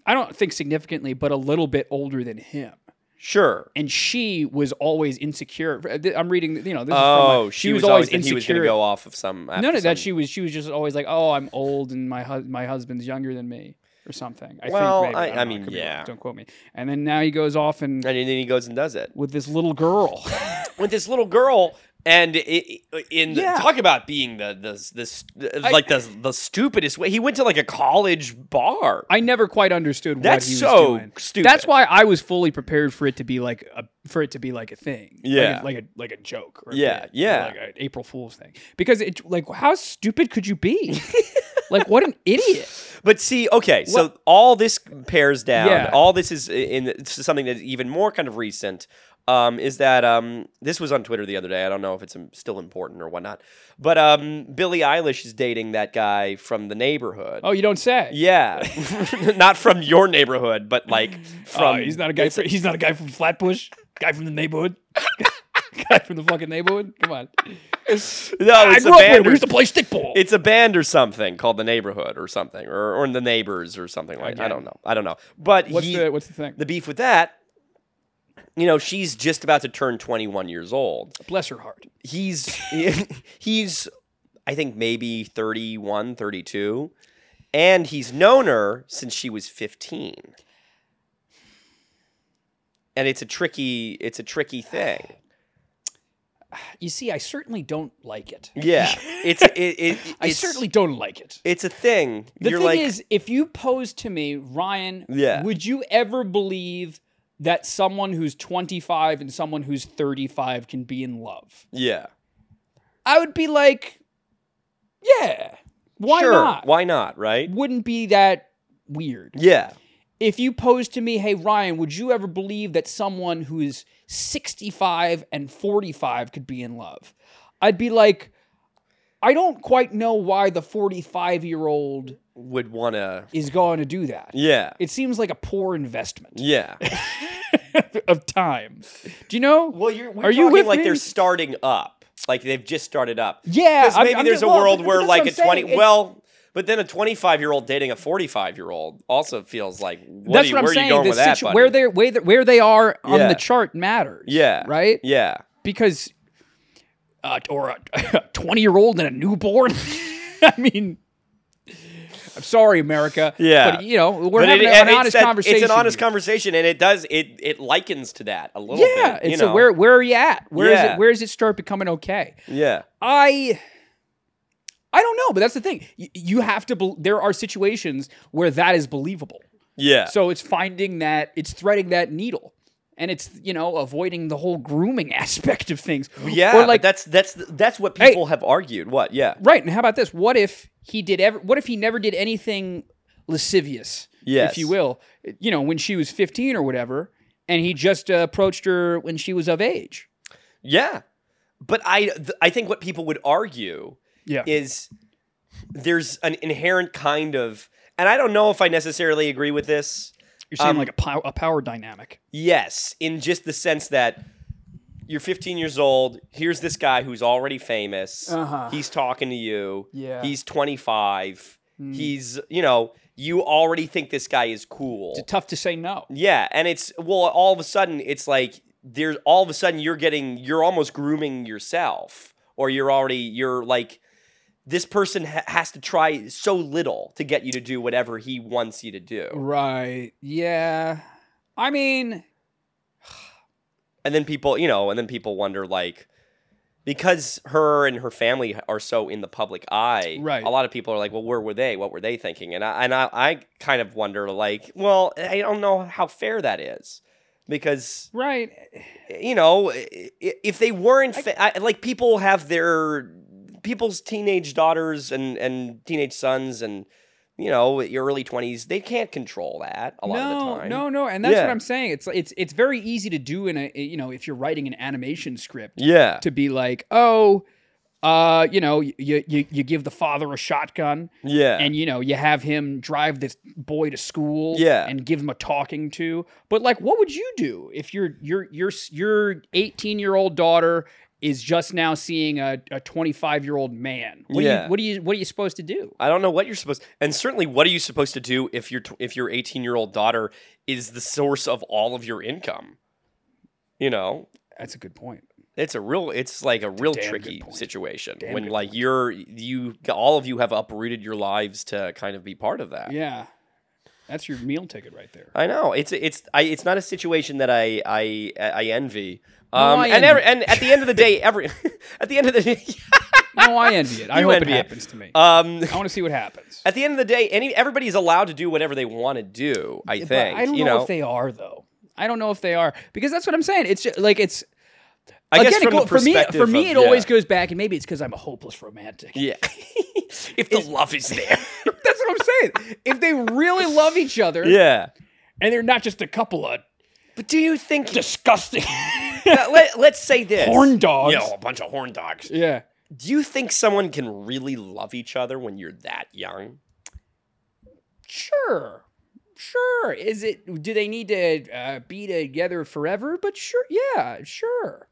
Speaker 1: I don't think significantly, but a little bit older than him,
Speaker 2: Sure.
Speaker 1: and she was always insecure. I'm reading, you know, this is from
Speaker 2: Oh,
Speaker 1: like,
Speaker 2: she, was, always, that he was going to go off of some.
Speaker 1: no,
Speaker 2: after
Speaker 1: no, that
Speaker 2: some-
Speaker 1: she was. She was just always like, "Oh, I'm old, and my hus- my husband's younger than me." or something. I
Speaker 2: Well,
Speaker 1: think maybe.
Speaker 2: I-
Speaker 1: don't
Speaker 2: I
Speaker 1: know.
Speaker 2: mean,
Speaker 1: Could be wrong.
Speaker 2: yeah.
Speaker 1: Don't quote me. And then now he goes off and
Speaker 2: And then he goes and does it
Speaker 1: with this little girl. <laughs>
Speaker 2: with this little girl. And i i- in
Speaker 1: Yeah.
Speaker 2: talk about being the the this
Speaker 1: I-
Speaker 2: like the the stupidest way. He went to like a college bar.
Speaker 1: I never quite understood
Speaker 2: That's
Speaker 1: what he
Speaker 2: so
Speaker 1: was doing.
Speaker 2: stupid.
Speaker 1: That's why I was fully prepared for it to be like a for it to be like a thing. Like a-
Speaker 2: Yeah.
Speaker 1: Like a like a, joke. Or a
Speaker 2: Yeah,
Speaker 1: bit, or
Speaker 2: yeah.
Speaker 1: Like an April Fool's thing. Because it like how stupid could you
Speaker 2: <laughs>
Speaker 1: be? like what an idiot.
Speaker 2: But see, okay, so
Speaker 1: What-
Speaker 2: all this pairs down.
Speaker 1: Yeah.
Speaker 2: All this is in it's something that's even more kind of recent. Um, is that um, this was on Twitter the other day? I don't know if it's um, still important or whatnot. But um, Billie Eilish is dating that guy from the neighborhood.
Speaker 1: Oh, you don't say.
Speaker 2: Yeah, <laughs> not from your neighborhood, but like
Speaker 1: <laughs> Oh,
Speaker 2: from.
Speaker 1: he's not a guy. From, he's not a guy from Flatbush. Guy from the neighborhood. <laughs> guy from the fucking neighborhood. Come on.
Speaker 2: No,
Speaker 1: I
Speaker 2: it's a
Speaker 1: grew up where
Speaker 2: band.
Speaker 1: we
Speaker 2: Or,
Speaker 1: used to play stickball.
Speaker 2: it's a band or something called the neighborhood or something, or or in the neighbors or something like. I
Speaker 1: Again.
Speaker 2: don't know. I don't know. But
Speaker 1: what's
Speaker 2: he,
Speaker 1: the what's the thing?
Speaker 2: the beef with that, you know, she's just about to turn 21 years old.
Speaker 1: Bless her heart.
Speaker 2: He's <laughs> he's I think maybe 31, 32, and he's known her since she was 15. And it's a tricky it's a
Speaker 1: <sighs>
Speaker 2: tricky thing.
Speaker 1: You see, I certainly don't like it.
Speaker 2: Yeah. It's it, it, it's
Speaker 1: I certainly don't like it.
Speaker 2: it's a thing.
Speaker 1: The
Speaker 2: You're
Speaker 1: thing
Speaker 2: like
Speaker 1: is, if you posed to me, Ryan,
Speaker 2: Yeah.
Speaker 1: would you ever believe that someone who's 25 and someone who's 35 can be in love?
Speaker 2: yeah.
Speaker 1: I would be like, yeah, why
Speaker 2: sure.
Speaker 1: not?
Speaker 2: Why not, right?
Speaker 1: Wouldn't be that weird.
Speaker 2: Yeah.
Speaker 1: If you posed to me, hey, Ryan, would you ever believe that someone who is 65 and 45 could be in love? I'd be like, I don't quite know why the 45 year old
Speaker 2: Would want to
Speaker 1: is going to do that.
Speaker 2: Yeah.
Speaker 1: It seems like a poor investment
Speaker 2: Yeah.
Speaker 1: of time. Do you know?
Speaker 2: Well, you're we're
Speaker 1: Are
Speaker 2: talking
Speaker 1: you with
Speaker 2: like
Speaker 1: me?
Speaker 2: they're starting up, like they've just started up.
Speaker 1: yeah,
Speaker 2: Because
Speaker 1: I'm-
Speaker 2: maybe
Speaker 1: I'm
Speaker 2: there's
Speaker 1: just-
Speaker 2: a
Speaker 1: well,
Speaker 2: world
Speaker 1: but
Speaker 2: where
Speaker 1: that's
Speaker 2: like
Speaker 1: what
Speaker 2: a
Speaker 1: I'm saying.
Speaker 2: twenty
Speaker 1: It's-
Speaker 2: well, but then a twenty five year old dating a forty five year old also feels like what
Speaker 1: that's
Speaker 2: are you,
Speaker 1: what I'm
Speaker 2: where
Speaker 1: saying.
Speaker 2: are you going
Speaker 1: the
Speaker 2: with that?
Speaker 1: situ-
Speaker 2: buddy?
Speaker 1: where they where they where they are on
Speaker 2: Yeah.
Speaker 1: the chart matters.
Speaker 2: yeah,
Speaker 1: right.
Speaker 2: Yeah,
Speaker 1: Because, uh, or a <laughs> twenty-year-old and a newborn. <laughs> I mean, I'm sorry, America.
Speaker 2: Yeah.
Speaker 1: but you know we're
Speaker 2: But
Speaker 1: having
Speaker 2: it-
Speaker 1: an
Speaker 2: and it's
Speaker 1: honest
Speaker 2: that-
Speaker 1: conversation.
Speaker 2: It's an honest
Speaker 1: here.
Speaker 2: conversation, and it does it it likens to that a little
Speaker 1: Yeah,
Speaker 2: bit.
Speaker 1: and
Speaker 2: you
Speaker 1: so
Speaker 2: know?
Speaker 1: where where are you at? Where is
Speaker 2: Yeah.
Speaker 1: it? Where does it start becoming okay?
Speaker 2: yeah,
Speaker 1: I I don't know, but that's the thing. Y- You have to. Be- there are situations where that is believable.
Speaker 2: yeah,
Speaker 1: So it's finding that it's threading that needle, and it's you know avoiding the whole grooming <laughs> aspect of things.
Speaker 2: yeah.
Speaker 1: or like
Speaker 2: but that's that's that's what
Speaker 1: Hey.
Speaker 2: people have argued. What? Yeah,
Speaker 1: right. And how about this? What if he did ever? What if he never did anything lascivious,
Speaker 2: Yes.
Speaker 1: if you will? You know, when she was fifteen or whatever, and he just uh, approached her when she was of age.
Speaker 2: yeah. But I th- I think what people would argue
Speaker 1: Yeah.
Speaker 2: is there's an inherent kind of and I don't know if I necessarily agree with this.
Speaker 1: You're seeing
Speaker 2: um,
Speaker 1: like a, pow- a power dynamic.
Speaker 2: Yes, in just the sense that you're 15 years old. Here's this guy who's already famous.
Speaker 1: Uh-huh.
Speaker 2: He's talking to you.
Speaker 1: Yeah. Hmm.
Speaker 2: He's 25. He's, you know, you already think this guy is cool.
Speaker 1: It's tough to say no.
Speaker 2: Yeah, and it's well, all of a sudden it's like there's all of a sudden you're getting you're almost grooming yourself, or you're already you're like this person ha- has to try so little to get you to do whatever he wants you to do,
Speaker 1: Right. Yeah. I mean,
Speaker 2: and then people you know, and then people wonder like because her and her family are so in the public eye,
Speaker 1: Right.
Speaker 2: A lot of people are like, well, where were they? What were they thinking? And I and I, I kind of wonder like, well, I don't know how fair that is because
Speaker 1: right.
Speaker 2: you know, i- i- if they weren't fa- I, like people have their people's teenage daughters and and teenage sons and you know your early twenties, they can't control that a lot
Speaker 1: no,
Speaker 2: of the time.
Speaker 1: no, no. And that's
Speaker 2: Yeah.
Speaker 1: what I'm saying. It's it's it's very easy to do in a you know if you're writing an animation script
Speaker 2: Yeah.
Speaker 1: to be like, oh, uh, you know, you you you give the father a shotgun
Speaker 2: Yeah.
Speaker 1: and you know you have him drive this boy to school
Speaker 2: Yeah.
Speaker 1: and give him a talking to. But like, what would you do if your your your your 18 year old daughter is just now seeing a, a 25 year old man? What do
Speaker 2: Yeah.
Speaker 1: you, what do you what are you supposed to do?
Speaker 2: I don't know what you're supposed, and certainly, what are you supposed to do if your tw- if your 18 year old daughter is the source of all of your income? You know,
Speaker 1: That's a good point.
Speaker 2: it's a real, it's like a real
Speaker 1: damn good
Speaker 2: tricky
Speaker 1: point.
Speaker 2: situation
Speaker 1: Damn
Speaker 2: when
Speaker 1: good
Speaker 2: like you're you all of you have uprooted your lives to kind of be part of that.
Speaker 1: Uh, Yeah. That's your meal ticket right
Speaker 2: <laughs>
Speaker 1: there.
Speaker 2: I know it's it's I, it's not a situation that I I I envy.
Speaker 1: No,
Speaker 2: Um,
Speaker 1: I
Speaker 2: and
Speaker 1: envy.
Speaker 2: every, and at the end of the day, every <laughs> at the end of the day, <laughs>
Speaker 1: No, I envy it. I
Speaker 2: You
Speaker 1: hope it
Speaker 2: envy it.
Speaker 1: happens to me.
Speaker 2: um,
Speaker 1: I want to see what
Speaker 2: <laughs>
Speaker 1: happens.
Speaker 2: at the end of the day, any everybody's allowed to do whatever they want to do. I
Speaker 1: But
Speaker 2: think
Speaker 1: I don't
Speaker 2: you
Speaker 1: know,
Speaker 2: know.
Speaker 1: if they are though. I don't know if they are because that's what I'm saying. It's just, like it's
Speaker 2: I
Speaker 1: again
Speaker 2: guess
Speaker 1: it
Speaker 2: from
Speaker 1: go-
Speaker 2: the
Speaker 1: for me.
Speaker 2: perspective
Speaker 1: For me, it
Speaker 2: of- yeah.
Speaker 1: always goes back, and maybe it's because I'm a hopeless romantic.
Speaker 2: Yeah, <laughs> if the love is
Speaker 1: <laughs>
Speaker 2: there.
Speaker 1: That's what I'm saying. If they really love each other,
Speaker 2: yeah.
Speaker 1: and they're not just a couple of
Speaker 2: But do you think
Speaker 1: <laughs> disgusting
Speaker 2: Now, let, let's say this
Speaker 1: horn dogs,
Speaker 2: You know, a bunch of horn dogs.
Speaker 1: yeah,
Speaker 2: Do you think someone can really love each other when you're that young?
Speaker 1: sure, sure. Is it? Do they need to uh, be together forever? But sure, yeah, sure.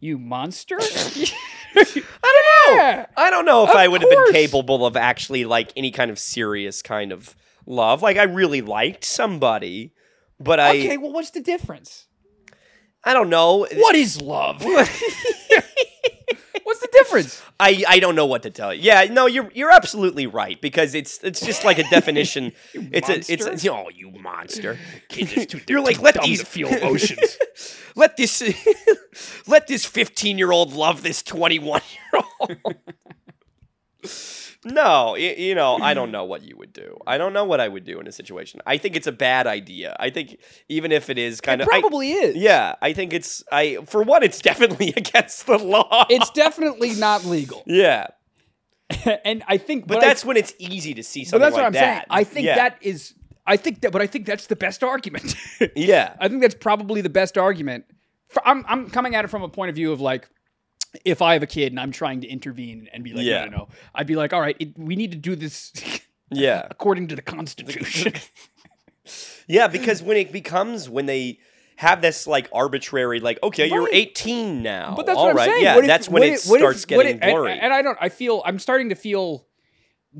Speaker 1: You
Speaker 2: <laughs>
Speaker 1: monster. <laughs>
Speaker 2: I don't know.
Speaker 1: Yeah.
Speaker 2: I don't know if
Speaker 1: Of
Speaker 2: I would have
Speaker 1: course.
Speaker 2: been capable of actually like any kind of serious kind of love. Like I really liked somebody, but I
Speaker 1: okay, well, what's the difference?
Speaker 2: I don't know.
Speaker 1: What is
Speaker 2: <laughs>
Speaker 1: love? What's the difference?
Speaker 2: I I don't know what to tell you. Yeah, no, you're you're absolutely right because it's it's
Speaker 1: <laughs>
Speaker 2: just like a definition. it's a it's,
Speaker 1: monster.
Speaker 2: it's oh you
Speaker 1: <laughs>
Speaker 2: monster.
Speaker 1: too,
Speaker 2: You're like let these
Speaker 1: feel emotions.
Speaker 2: <laughs> let this <laughs> let this 15 year old love this 21 year old <laughs> no y- you know i don't know what you would do i don't know what i would do in a situation i think it's a bad idea i think even if it is kind
Speaker 1: it
Speaker 2: of I-
Speaker 1: probably is.
Speaker 2: yeah i think it's i for one it's definitely <laughs> against the law
Speaker 1: It's definitely not legal.
Speaker 2: <laughs> yeah
Speaker 1: and I think
Speaker 2: but,
Speaker 1: I-
Speaker 2: that's when it's easy to see
Speaker 1: but
Speaker 2: something
Speaker 1: that's
Speaker 2: like
Speaker 1: what I'm saying.
Speaker 2: that
Speaker 1: I think
Speaker 2: Yeah.
Speaker 1: that is I think that but I think that's the best argument. <laughs>
Speaker 2: yeah
Speaker 1: I think that's probably the best argument. For, I'm I'm coming at it from a point of view of like if I have a kid and I'm trying to intervene and be like,
Speaker 2: Yeah.
Speaker 1: no, no, no, I'd be like, all right, it, we need to do this <laughs>
Speaker 2: yeah
Speaker 1: according to the
Speaker 2: <laughs>
Speaker 1: Constitution.
Speaker 2: Yeah, because when it becomes when they have this like arbitrary, like okay, you're
Speaker 1: Right.
Speaker 2: 18 now.
Speaker 1: But that's
Speaker 2: All
Speaker 1: what I'm
Speaker 2: right,
Speaker 1: saying.
Speaker 2: Yeah,
Speaker 1: What if-
Speaker 2: that's when
Speaker 1: what
Speaker 2: it
Speaker 1: if- what if-
Speaker 2: starts
Speaker 1: what
Speaker 2: getting
Speaker 1: if- and-
Speaker 2: blurry.
Speaker 1: And, I don't. I feel. I'm starting to feel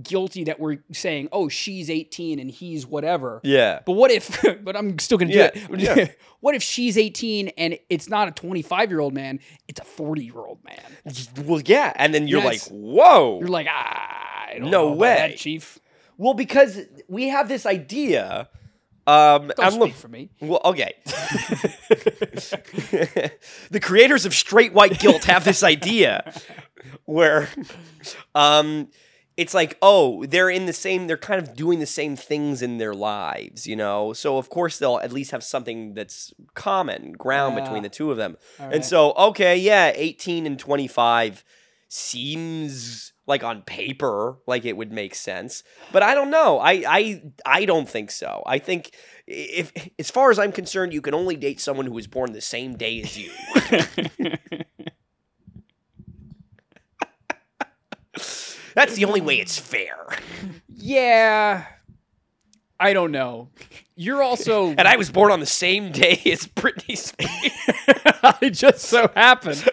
Speaker 1: guilty that we're saying, "Oh, she's 18 and he's whatever."
Speaker 2: yeah,
Speaker 1: But what if? <laughs> But I'm still gonna do
Speaker 2: Yeah,
Speaker 1: it. <laughs> what if she's 18 and it's not a 25 year old man? It's a 40 year old man.
Speaker 2: well, yeah, and then you're
Speaker 1: Yes.
Speaker 2: like, whoa.
Speaker 1: You're like, ah, I don't know
Speaker 2: No
Speaker 1: about that,
Speaker 2: way.
Speaker 1: chief.
Speaker 2: well, because we have this idea. Um,
Speaker 1: Don't
Speaker 2: I'm
Speaker 1: speak
Speaker 2: look.
Speaker 1: for me.
Speaker 2: Well,
Speaker 1: <laughs>
Speaker 2: okay. the creators of straight white guilt have this idea where um it's like oh they're in the same they're kind of doing the same things in their lives you know so of course they'll at least have something that's common ground
Speaker 1: Yeah.
Speaker 2: between the two of them
Speaker 1: All
Speaker 2: and
Speaker 1: right.
Speaker 2: so okay yeah 18 and 25 seems like on paper like it would make sense but i don't know i i i don't think so i think if as far as i'm concerned you can only date someone who was born the same day as you that's the only way it's fair
Speaker 1: Yeah, I don't know. You're also,
Speaker 2: <laughs> and i was born on the same day as britney spears <laughs>
Speaker 1: I just so happened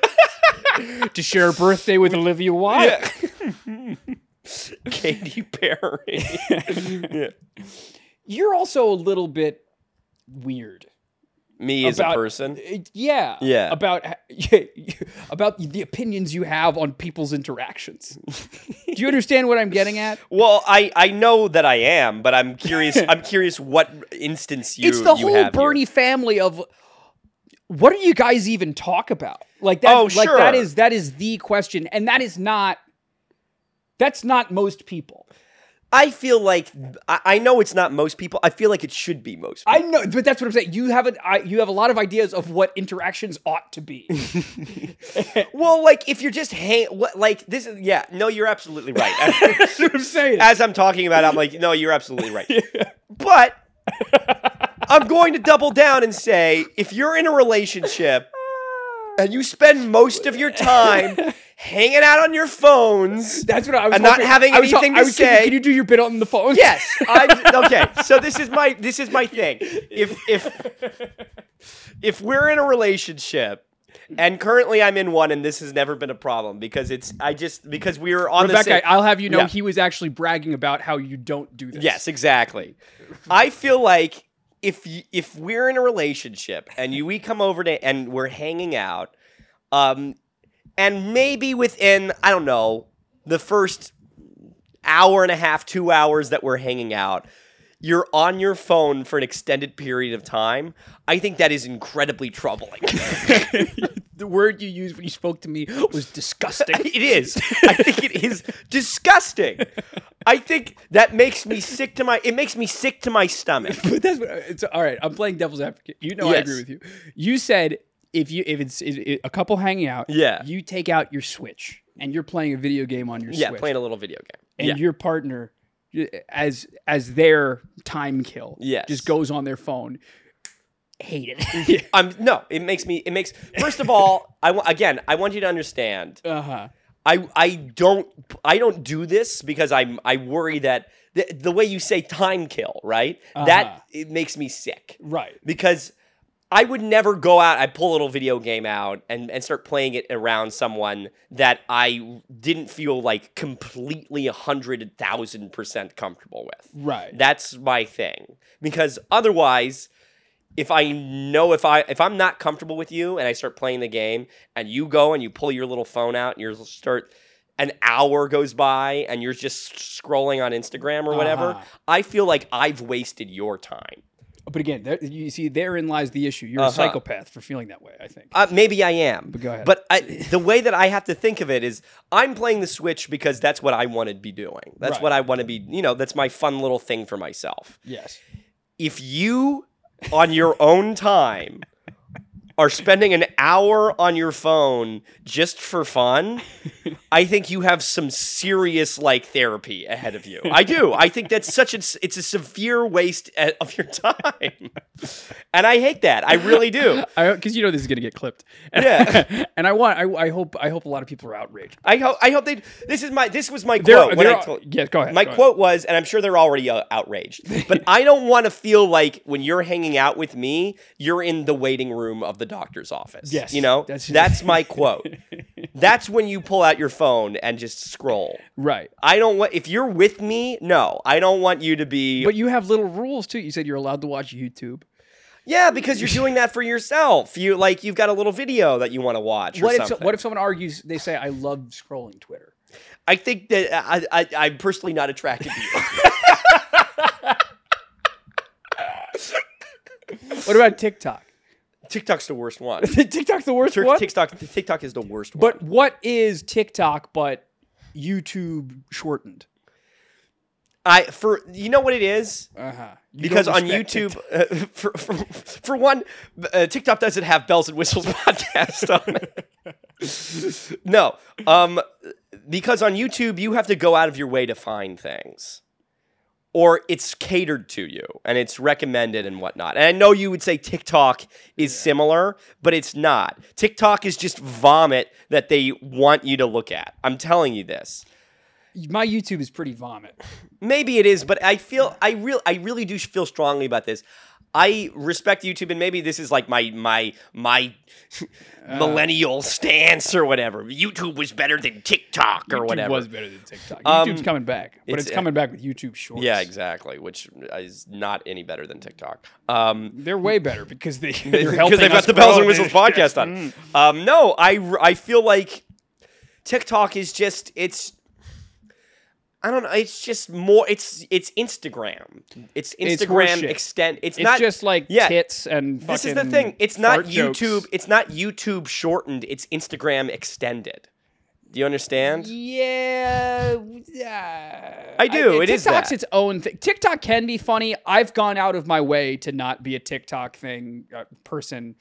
Speaker 1: <laughs> to share a birthday with Olivia Wilde.
Speaker 2: <laughs>
Speaker 1: <laughs>
Speaker 2: katy perry yeah.
Speaker 1: You're also a little bit weird.
Speaker 2: me as
Speaker 1: About-
Speaker 2: a person
Speaker 1: Uh, Yeah.
Speaker 2: Yeah.
Speaker 1: About h- <laughs> about the opinions you have on people's interactions. Do you understand what I'm getting at?
Speaker 2: Well, I, I know that I am, but I'm
Speaker 1: <laughs>
Speaker 2: curious. I'm curious what instance <laughs> you.
Speaker 1: it's the
Speaker 2: you
Speaker 1: whole
Speaker 2: have here.
Speaker 1: Bernie family of what do you guys even talk about? Like that
Speaker 2: Oh,
Speaker 1: like that
Speaker 2: sure.
Speaker 1: is that is the question and that is not that's not most people.
Speaker 2: I feel like I, I know it's not most people. I feel like it should be most. People.
Speaker 1: I know, but that's what I'm saying. You have an, I, you have a lot of ideas of what interactions ought to be. <laughs>
Speaker 2: well, like if you're just hang, what, like this is yeah. No, you're
Speaker 1: <laughs>
Speaker 2: absolutely right.
Speaker 1: that's what I'm saying.
Speaker 2: As I'm talking about, it, I'm like, no, you're absolutely right. But I'm going to double down and say, if you're in a relationship and you spend most of your time hanging out on your phones,
Speaker 1: That's what I was
Speaker 2: And not
Speaker 1: hoping-
Speaker 2: having
Speaker 1: I was ho-
Speaker 2: anything to
Speaker 1: I was thinking,
Speaker 2: say.
Speaker 1: Can you do your bit on the phone?
Speaker 2: Yes. I'm, okay. So this is my this is my thing. If if if we're in a relationship and currently I'm in one and this has never been a problem because it's I just because we are on the same
Speaker 1: Rebecca, I'll have you know
Speaker 2: Yeah.
Speaker 1: he was actually bragging about how you don't do this.
Speaker 2: Yes, exactly. I feel like if y- if we're in a relationship and you we come over to and we're hanging out, um, and maybe within I don't know the first hour and a half, two hours that we're hanging out, you're on your phone for an extended period of time, I think that is incredibly
Speaker 1: <laughs>
Speaker 2: troubling. <laughs>
Speaker 1: the word you used when you spoke to me was disgusting.
Speaker 2: <laughs>
Speaker 1: <laughs>
Speaker 2: it is. I think it is disgusting. I think that makes me sick to my it makes me sick to my stomach.
Speaker 1: but that's what it's all right. I'm playing devil's advocate. You know I agree
Speaker 2: Yes.
Speaker 1: with you. You said if you if it's i i- a couple hanging out,
Speaker 2: Yeah.
Speaker 1: you take out your Switch and you're playing a video game on your
Speaker 2: Yeah,
Speaker 1: Switch,
Speaker 2: playing a little video game.
Speaker 1: and
Speaker 2: Yeah.
Speaker 1: your partner y- as as their time kill,
Speaker 2: Yes.
Speaker 1: just goes on their phone. Hate
Speaker 2: <laughs>
Speaker 1: it. <laughs>
Speaker 2: I'm no, it makes me it makes first of all, I wa- again, I want you to understand
Speaker 1: Uh huh.
Speaker 2: I I don't I don't do this because I'm I worry that the, the way you say time kill right
Speaker 1: Uh-huh.
Speaker 2: that it makes me sick
Speaker 1: Right.
Speaker 2: because I would never go out I pull a little video game out and and start playing it around someone that I didn't feel like completely a hundred thousand percent comfortable with
Speaker 1: Right.
Speaker 2: that's my thing because otherwise if i know if i if i'm not comfortable with you and i start playing the game and you go and you pull your little phone out and you start an hour goes by and you're just scrolling on instagram or whatever
Speaker 1: Uh-huh.
Speaker 2: i feel like i've wasted your time
Speaker 1: But again, there, you see, therein lies the issue. You're a
Speaker 2: Uh-huh.
Speaker 1: psychopath for feeling that way. I think.
Speaker 2: uh, maybe i am
Speaker 1: But go ahead.
Speaker 2: but I, the way that i have to think of it is i'm playing the switch because that's what i want to be doing that's
Speaker 1: Right.
Speaker 2: what i want to be you know that's my fun little thing for myself
Speaker 1: yes.
Speaker 2: if you on your own time are spending an hour on your phone just for fun, I think you have some serious like therapy ahead of you. I do. I think that's such a it's a severe waste uh, of your time. And I hate that. I really do.
Speaker 1: I because you know this is gonna get clipped. And,
Speaker 2: Yeah.
Speaker 1: <laughs> and I want. I, I hope. I hope a lot of people are outraged.
Speaker 2: I hope I hope they this is my this was my quote
Speaker 1: They're,
Speaker 2: when
Speaker 1: they're-
Speaker 2: I told
Speaker 1: yeah. Go ahead.
Speaker 2: My
Speaker 1: go ahead.
Speaker 2: quote was, and I'm sure they're already uh, outraged,
Speaker 1: <laughs>
Speaker 2: but I don't want to feel like when you're hanging out with me, you're in the waiting room of the doctor's office.
Speaker 1: Yes,
Speaker 2: You know,
Speaker 1: that's-
Speaker 2: that's,
Speaker 1: <laughs>
Speaker 2: my quote. that's when you pull out your phone and just scroll.
Speaker 1: Right.
Speaker 2: I don't want, if you're with me, no, I don't want you to be.
Speaker 1: But you have little rules too. You said you're allowed to watch YouTube.
Speaker 2: yeah, because you're doing that for yourself. You like, you've got a little video that you want to watch
Speaker 1: What
Speaker 2: or
Speaker 1: if, so-
Speaker 2: something.
Speaker 1: what if someone argues? They say, "I love scrolling Twitter."
Speaker 2: I think that I, I, I'm personally not attracted to you. <laughs>
Speaker 1: What about <laughs> TikTok?
Speaker 2: TikTok's the worst one.
Speaker 1: TikTok's the worst one.
Speaker 2: TikTok, TikTok is the worst one.
Speaker 1: but what is TikTok but YouTube shortened?
Speaker 2: I for you know what it is
Speaker 1: Uh huh.
Speaker 2: because on YouTube uh, <laughs> for, for for one uh, TikTok doesn't have bells and whistles <laughs> podcast on it. no, um, because on YouTube you have to go out of your way to find things, or it's catered to you and it's recommended and whatnot. And I know you would say TikTok is similar, but it's not. TikTok is just vomit that they want you to look at. I'm telling you this.
Speaker 1: my YouTube is pretty vomit.
Speaker 2: Maybe it is, but I feel I real I really do feel strongly about this. I respect YouTube, and maybe this is like my my my millennial stance or whatever. YouTube was better than TikTok or
Speaker 1: It
Speaker 2: whatever.
Speaker 1: was better than TikTok.
Speaker 2: Um,
Speaker 1: YouTube's coming back, but it's,
Speaker 2: it's-
Speaker 1: coming back with YouTube Shorts.
Speaker 2: yeah, exactly. Which is not any better than TikTok. Um,
Speaker 1: They're way better because
Speaker 2: <laughs>
Speaker 1: they <laughs> they're helping
Speaker 2: because they've
Speaker 1: us
Speaker 2: got the bells
Speaker 1: grow. Mm.
Speaker 2: and whistles podcast on. Um, no, I r- I feel like TikTok is just it's. I don't know. It's just more. It's it's Instagram. It's
Speaker 1: It's
Speaker 2: Instagram
Speaker 1: horseshit.
Speaker 2: extend. It's,
Speaker 1: It's
Speaker 2: not
Speaker 1: just like
Speaker 2: yeah.
Speaker 1: tits and fucking.
Speaker 2: This is the thing. It's not
Speaker 1: fart jokes.
Speaker 2: YouTube. It's not YouTube shortened. It's Instagram extended. Do you understand?
Speaker 1: Yeah, yeah.
Speaker 2: I do, it
Speaker 1: TikTok's
Speaker 2: is that.
Speaker 1: its own thing. TikTok can be funny. I've gone out of my way to not be a TikTok thing uh, person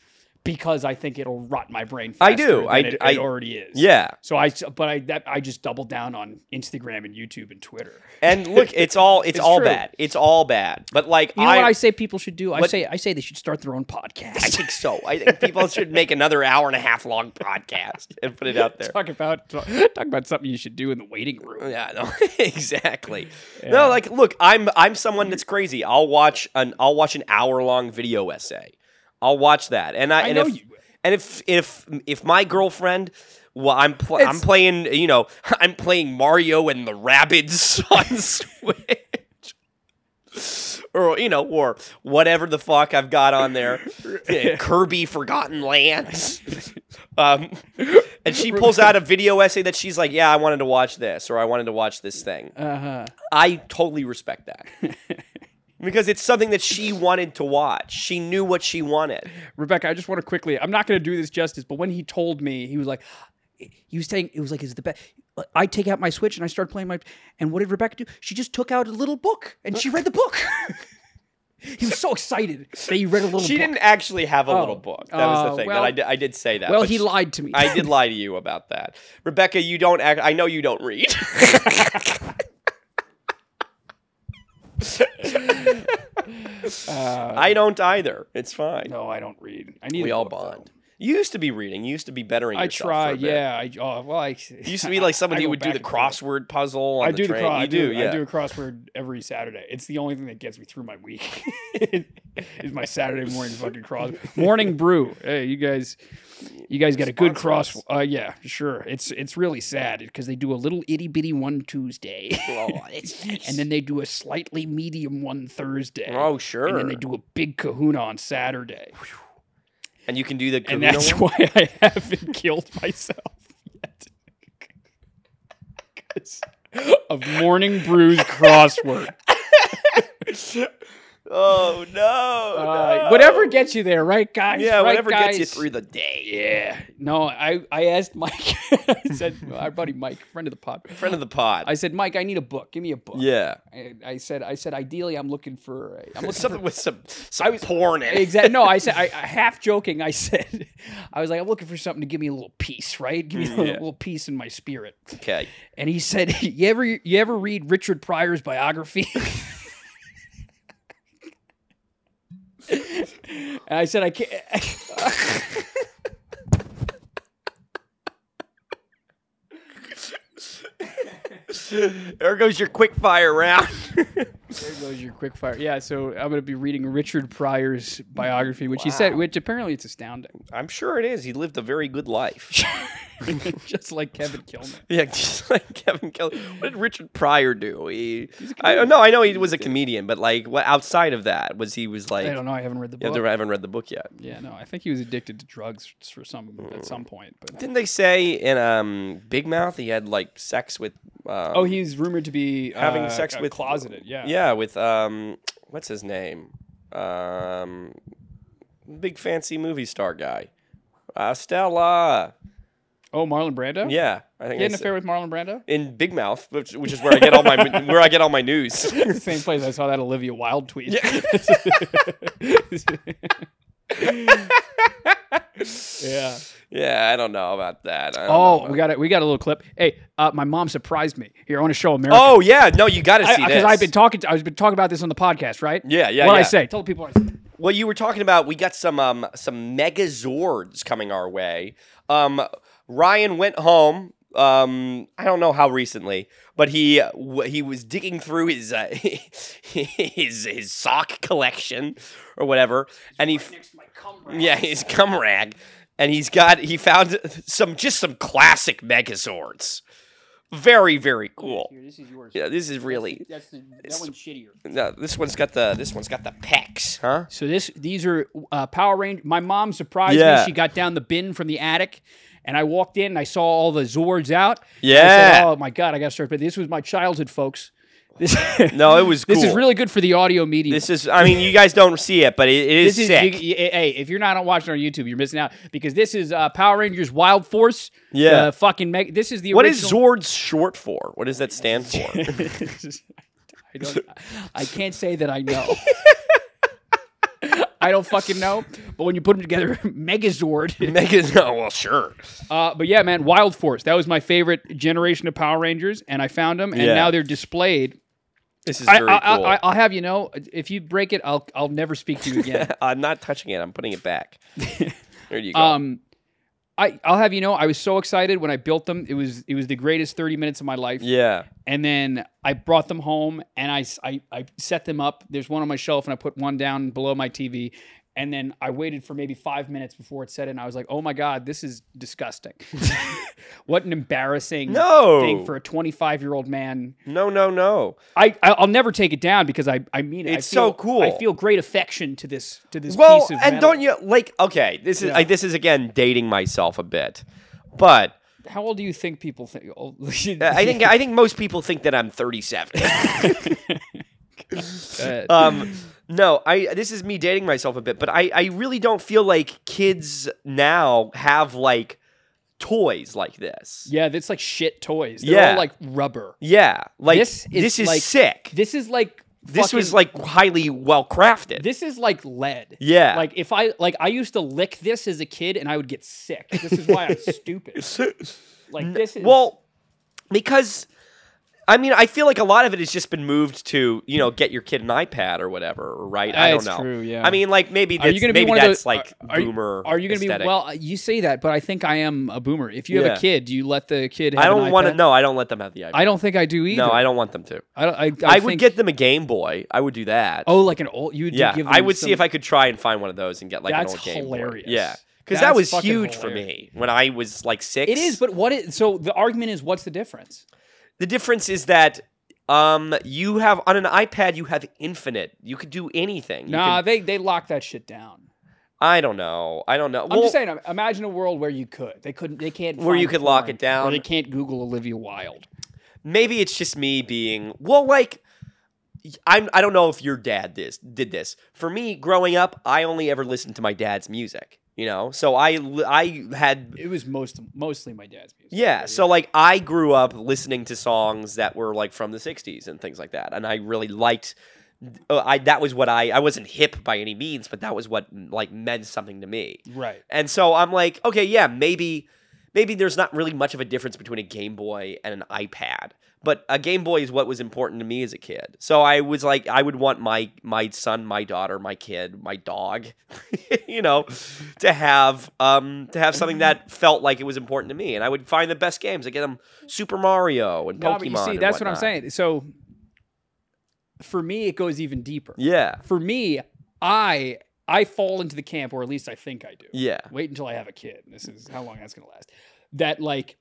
Speaker 1: because I think it'll rot my brain. Faster
Speaker 2: I do,
Speaker 1: Than
Speaker 2: I
Speaker 1: it,
Speaker 2: d- I-
Speaker 1: it already is.
Speaker 2: Yeah.
Speaker 1: So I, s- but I that I just doubled down on Instagram and YouTube and Twitter.
Speaker 2: And look,
Speaker 1: <laughs>
Speaker 2: it's all it's,
Speaker 1: It's
Speaker 2: all
Speaker 1: true.
Speaker 2: bad. It's all bad. But like
Speaker 1: You know
Speaker 2: I,
Speaker 1: what I say people should do? I
Speaker 2: What-
Speaker 1: say I say they should start their own podcast.
Speaker 2: <laughs> I think so. I think people should make another hour and a half long podcast and put it out there.
Speaker 1: talk about talk, talk about something you should do in the waiting room.
Speaker 2: Yeah, no, <laughs> exactly. No, like, look, I'm I'm someone that's crazy. I'll watch an I'll watch an hour long video essay. I'll watch that, and I,
Speaker 1: I
Speaker 2: and
Speaker 1: know
Speaker 2: if
Speaker 1: you will.
Speaker 2: and if if if my girlfriend, well, I'm pl- I'm
Speaker 1: It's-
Speaker 2: playing, you know, <laughs> I'm playing Mario and the Rabbids
Speaker 1: <laughs>
Speaker 2: <laughs> on Switch. Or you know, or whatever the fuck I've got on
Speaker 1: <laughs>
Speaker 2: there, Yeah, <laughs> Kirby Forgotten Lands, um, and she pulls out a video essay that she's like, "Yeah, I wanted to
Speaker 1: Uh-huh.
Speaker 2: watch this, or I wanted to watch this thing."
Speaker 1: Uh huh. <laughs>
Speaker 2: I totally respect that. because it's something that she wanted to watch. She knew what she wanted.
Speaker 1: Rebecca, I just want to quickly. I'm not going to do this justice, but when he told me, he was like, he was saying it was like, is it the best? I take out my Switch and I start playing my. And what did Rebecca do? She just took out a little book and she read the book. <laughs> he was so excited that he read a little.
Speaker 2: She
Speaker 1: book.
Speaker 2: didn't actually have a
Speaker 1: Oh.
Speaker 2: little book. That was
Speaker 1: Uh,
Speaker 2: the thing
Speaker 1: well-
Speaker 2: that I did, I did say that.
Speaker 1: Well,
Speaker 2: but
Speaker 1: he
Speaker 2: she-
Speaker 1: lied to me. <laughs>
Speaker 2: I did lie to you about that, Rebecca. You don't act. I know you
Speaker 1: <laughs>
Speaker 2: don't read.
Speaker 1: Uh,
Speaker 2: I don't either. It's fine.
Speaker 1: no, I don't read. I need.
Speaker 2: we
Speaker 1: a
Speaker 2: all
Speaker 1: book, though.
Speaker 2: bond. You used to be reading. You used to be bettering.
Speaker 1: I
Speaker 2: yourself
Speaker 1: try.
Speaker 2: for a bit.
Speaker 1: Yeah. I, oh, well, I
Speaker 2: You used to be like
Speaker 1: <laughs>
Speaker 2: someone
Speaker 1: I
Speaker 2: who
Speaker 1: go
Speaker 2: would do
Speaker 1: back
Speaker 2: the
Speaker 1: and forth.
Speaker 2: crossword puzzle. On
Speaker 1: I
Speaker 2: the
Speaker 1: do the
Speaker 2: train.
Speaker 1: cross.
Speaker 2: You
Speaker 1: I do.
Speaker 2: yeah.
Speaker 1: I do a crossword every Saturday. It's the only thing that gets me through my week. <laughs> is my Saturday morning fucking cross morning brew. Hey, you guys, you guys got a good cross.
Speaker 2: Sponsor
Speaker 1: Uh, yeah, sure. It's it's really sad because they do a little itty bitty one Tuesday,
Speaker 2: <laughs> Oh, it's
Speaker 1: and then they do a slightly medium one Thursday,
Speaker 2: oh sure.
Speaker 1: and then they do a big Kahuna on Saturday.
Speaker 2: And you can do the.
Speaker 1: and
Speaker 2: kahuna
Speaker 1: that's
Speaker 2: one?
Speaker 1: why I haven't killed myself yet. 'Cause of morning brews crossword.
Speaker 2: <laughs> Oh no,
Speaker 1: <laughs> Uh,
Speaker 2: no.
Speaker 1: Whatever gets you there, right, guys?
Speaker 2: Yeah,
Speaker 1: Right,
Speaker 2: whatever gets you
Speaker 1: guys?
Speaker 2: through the day.
Speaker 1: Yeah. No, I, I asked Mike. <laughs> I said, our buddy Mike, friend of the pod.
Speaker 2: Friend of the pod.
Speaker 1: I said, Mike, I need a book. Give me a book.
Speaker 2: yeah.
Speaker 1: I, I said, I said, ideally, I'm looking for. A,
Speaker 2: <laughs>
Speaker 1: I'm looking
Speaker 2: Something with
Speaker 1: <laughs>
Speaker 2: some, some porn in it.
Speaker 1: Exactly. No, I said, I, I half joking, I said, <laughs> I was like, I'm looking for something to give me a little peace, right? Give me a little,
Speaker 2: Mm, yeah.
Speaker 1: little peace in my spirit.
Speaker 2: Okay.
Speaker 1: And he said, <laughs> "You ever, you ever read Richard Pryor's biography?" <laughs> and I said, "I can't."
Speaker 2: <laughs>
Speaker 1: <laughs>
Speaker 2: There goes your quick fire round.
Speaker 1: there goes your quick fire. Yeah, so I'm going to be reading Richard Pryor's biography, which he said, which apparently it's astounding,
Speaker 2: <laughs>
Speaker 1: <laughs>
Speaker 2: I'm sure it is. He lived a very good life.
Speaker 1: just like Kevin Kilmer.
Speaker 2: <laughs> yeah, just like Kevin Kelly. What did Richard Pryor do? He, I, no, I know he was a comedian, but like, what outside of that was he was like?
Speaker 1: I don't know. I haven't read the
Speaker 2: Yeah,
Speaker 1: book.
Speaker 2: I haven't read the book yet.
Speaker 1: Yeah, no, I think he was addicted to drugs for some at
Speaker 2: Mm.
Speaker 1: some point. But
Speaker 2: Didn't they say in um, Big Mouth he had like sex with? Um,
Speaker 1: oh, he's rumored to be
Speaker 2: having
Speaker 1: uh,
Speaker 2: sex
Speaker 1: uh,
Speaker 2: with
Speaker 1: closeted. Yeah,
Speaker 2: yeah, with um, what's his name? Um, big fancy movie star guy, uh, Stella.
Speaker 1: Oh, Marlon Brando.
Speaker 2: Yeah, I think
Speaker 1: he had an
Speaker 2: it's-
Speaker 1: affair with Marlon Brando.
Speaker 2: in Big Mouth, which, which is where I get all my <laughs> where I get all my news. <laughs>
Speaker 1: Same place I saw that Olivia Wilde tweet.
Speaker 2: Yeah.
Speaker 1: <laughs> Yeah.
Speaker 2: yeah, I don't know about that. I don't know
Speaker 1: Oh,
Speaker 2: about-
Speaker 1: we got it. We got a little clip. Hey, uh, my mom surprised me. Here, I want to show America.
Speaker 2: oh yeah, no, you got to see
Speaker 1: because
Speaker 2: this.
Speaker 1: I've been talking. To, I've been talking about this on the podcast, right?
Speaker 2: Yeah, yeah,
Speaker 1: What I
Speaker 2: yeah.
Speaker 1: say? Tell the people. What I say.
Speaker 2: well, you were talking about we got some um some Megazords coming our way. Um, Ryan went home. Um, I don't know how recently, but he uh, w- he was digging through his uh, <laughs> his his sock collection or whatever, and he f-
Speaker 3: Next to my cum rag.
Speaker 2: Yeah, his cum rag, and he's got he found some just some classic Megazords. Very very cool.
Speaker 3: Here, this is yours.
Speaker 2: Yeah, this is really
Speaker 3: That's the, that one's shittier.
Speaker 2: no, this one's got the this one's got the pecs,
Speaker 3: <laughs>
Speaker 2: huh?
Speaker 1: So this, these are uh, Power Rangers. My mom surprised
Speaker 2: Yeah.
Speaker 1: me. She got down the bin from the attic, and I walked in and I saw all the Zords out. I
Speaker 2: Yeah.
Speaker 1: said, oh my god, I got to start. But this was my childhood, folks. This,
Speaker 2: No, it was. Cool.
Speaker 1: this is really good for the audio medium.
Speaker 2: This is. I mean, you guys don't see it, but it, it is
Speaker 1: This is
Speaker 2: sick.
Speaker 1: you- y- hey, if you're not watching on YouTube, you're missing out because this is uh, Power Rangers Wild Force.
Speaker 2: Yeah.
Speaker 1: uh, fucking. Meg- this is the
Speaker 2: what is
Speaker 1: original-
Speaker 2: Zords short for? What does that stand <laughs> for?
Speaker 1: <laughs> I don't. I can't say that I
Speaker 2: <laughs>
Speaker 1: know. I don't fucking know. But when you put them together, <laughs> Megazord.
Speaker 2: Mega. No, oh, well, sure.
Speaker 1: Uh, but yeah, man, Wild Force. That was my favorite generation of Power Rangers, and I found them, and
Speaker 2: Yeah.
Speaker 1: now they're displayed.
Speaker 2: This is
Speaker 1: I,
Speaker 2: very
Speaker 1: I,
Speaker 2: cool.
Speaker 1: I, I'll have you know, if you break it, I'll I'll never speak to you again.
Speaker 2: <laughs> I'm not touching it. I'm putting
Speaker 1: <laughs>
Speaker 2: it back. There you go.
Speaker 1: Um, I I'll have you know, I was so excited when I built them. It was it was the greatest thirty minutes of my life.
Speaker 2: yeah.
Speaker 1: And then I brought them home and I, s- I- I set them up. There's one on my shelf and I put one down below my TV. And then I waited for maybe five minutes before it set in. I was like, oh my god, this is
Speaker 2: <laughs>
Speaker 1: disgusting. <laughs> what an embarrassing
Speaker 2: No.
Speaker 1: thing for a 25 year old man.
Speaker 2: No. No. No.
Speaker 1: I I- I'll never take it down because I I mean it. I
Speaker 2: It's so
Speaker 1: feel-
Speaker 2: cool.
Speaker 1: I feel great affection to this to this
Speaker 2: well,
Speaker 1: piece of
Speaker 2: and
Speaker 1: metal.
Speaker 2: don't you like? Okay, this is
Speaker 1: Yeah.
Speaker 2: like this is again dating myself a bit, but
Speaker 1: How old do you think <laughs> people think?
Speaker 2: <laughs> I think I think most people think that I'm 37.
Speaker 1: ahead.
Speaker 2: um, no, I this is me dating myself a bit, but I I really don't feel like kids now have like toys like this.
Speaker 1: yeah, that's like shit toys. They're all
Speaker 2: Yeah.
Speaker 1: like rubber.
Speaker 2: Yeah, like
Speaker 1: This
Speaker 2: this
Speaker 1: is
Speaker 2: is,
Speaker 1: like-
Speaker 2: sick.
Speaker 1: This is like
Speaker 2: This was
Speaker 1: fucking-
Speaker 2: like highly well crafted.
Speaker 1: this is like lead.
Speaker 2: Yeah.
Speaker 1: Like if I like I used to lick this as a kid and I would get sick. This is why I'm
Speaker 2: <laughs>
Speaker 1: stupid. Like this is
Speaker 2: well, because I mean, I feel like a lot of it has just been moved to you know get your kid an iPad or whatever, right? I don't
Speaker 1: That's
Speaker 2: know.
Speaker 1: true, yeah.
Speaker 2: I mean, like maybe
Speaker 1: Are you
Speaker 2: that's,
Speaker 1: gonna be
Speaker 2: maybe
Speaker 1: one of
Speaker 2: that's
Speaker 1: those-
Speaker 2: like
Speaker 1: are- are you-
Speaker 2: boomer.
Speaker 1: Are you going to be
Speaker 2: aesthetic.
Speaker 1: well? You say that, but I think I am a boomer. If you have
Speaker 2: Yeah.
Speaker 1: a kid, do you let the kid? Have
Speaker 2: I
Speaker 1: an
Speaker 2: don't want to.
Speaker 1: iPad?
Speaker 2: No, I don't let them have the iPad.
Speaker 1: I don't think I do either.
Speaker 2: no, I don't want them to.
Speaker 1: I, don't- I,
Speaker 2: I,
Speaker 1: I
Speaker 2: would
Speaker 1: think-
Speaker 2: get them a Game Boy. I would do that.
Speaker 1: Oh, like an old. You would
Speaker 2: yeah.
Speaker 1: Give
Speaker 2: I
Speaker 1: them
Speaker 2: would
Speaker 1: some,
Speaker 2: see if I could try and find one of those and get like
Speaker 1: That's
Speaker 2: an old Game
Speaker 1: hilarious.
Speaker 2: Boy. Yeah, because that
Speaker 1: That's
Speaker 2: was
Speaker 1: fucking
Speaker 2: huge for me
Speaker 1: hilarious.
Speaker 2: when I was like six.
Speaker 1: It is, but what is so? The argument is, what's the difference?
Speaker 2: the difference is that um, you have on an iPad you have infinite. You could do anything. You
Speaker 1: nah,
Speaker 2: can-
Speaker 1: they they lock that shit down.
Speaker 2: I don't know. I don't know.
Speaker 1: I'm just saying. Imagine a world where you could. They couldn't. They can't.
Speaker 2: Where you
Speaker 1: find
Speaker 2: could lock
Speaker 1: porn,
Speaker 2: it down.
Speaker 1: Or they can't Google Olivia Wilde.
Speaker 2: maybe it's just me being well like I'm I don't know if your dad this did this. For me growing up, I only ever listened to my dad's music, you know? So I li- I had
Speaker 1: It was most mostly my dad's music.
Speaker 2: yeah, so like I grew up listening to songs that were like from the 60s and things like that and I really liked uh, I that was what I I wasn't hip by any means, but that was what like meant something to me.
Speaker 1: right.
Speaker 2: And so I'm like, okay, yeah, maybe maybe there's not really much of a difference between a Game Boy and an iPad. But a Game Boy is what was important to me as a kid. So I was like I would want my my son, my daughter, my kid, my dog, <laughs> you know, to have um to have
Speaker 1: <laughs>
Speaker 2: something that felt like it was important to me. And I would find the best games. I get them Super Mario and
Speaker 1: No,
Speaker 2: Pokemon.
Speaker 1: but you see,
Speaker 2: and
Speaker 1: that's what I'm
Speaker 2: whatnot.
Speaker 1: saying. So for me, it goes even deeper.
Speaker 2: Yeah.
Speaker 1: For me, I I fall into the camp, or at least I think I do.
Speaker 2: Yeah.
Speaker 1: Wait until I have a kid. This is how long that's gonna last. That like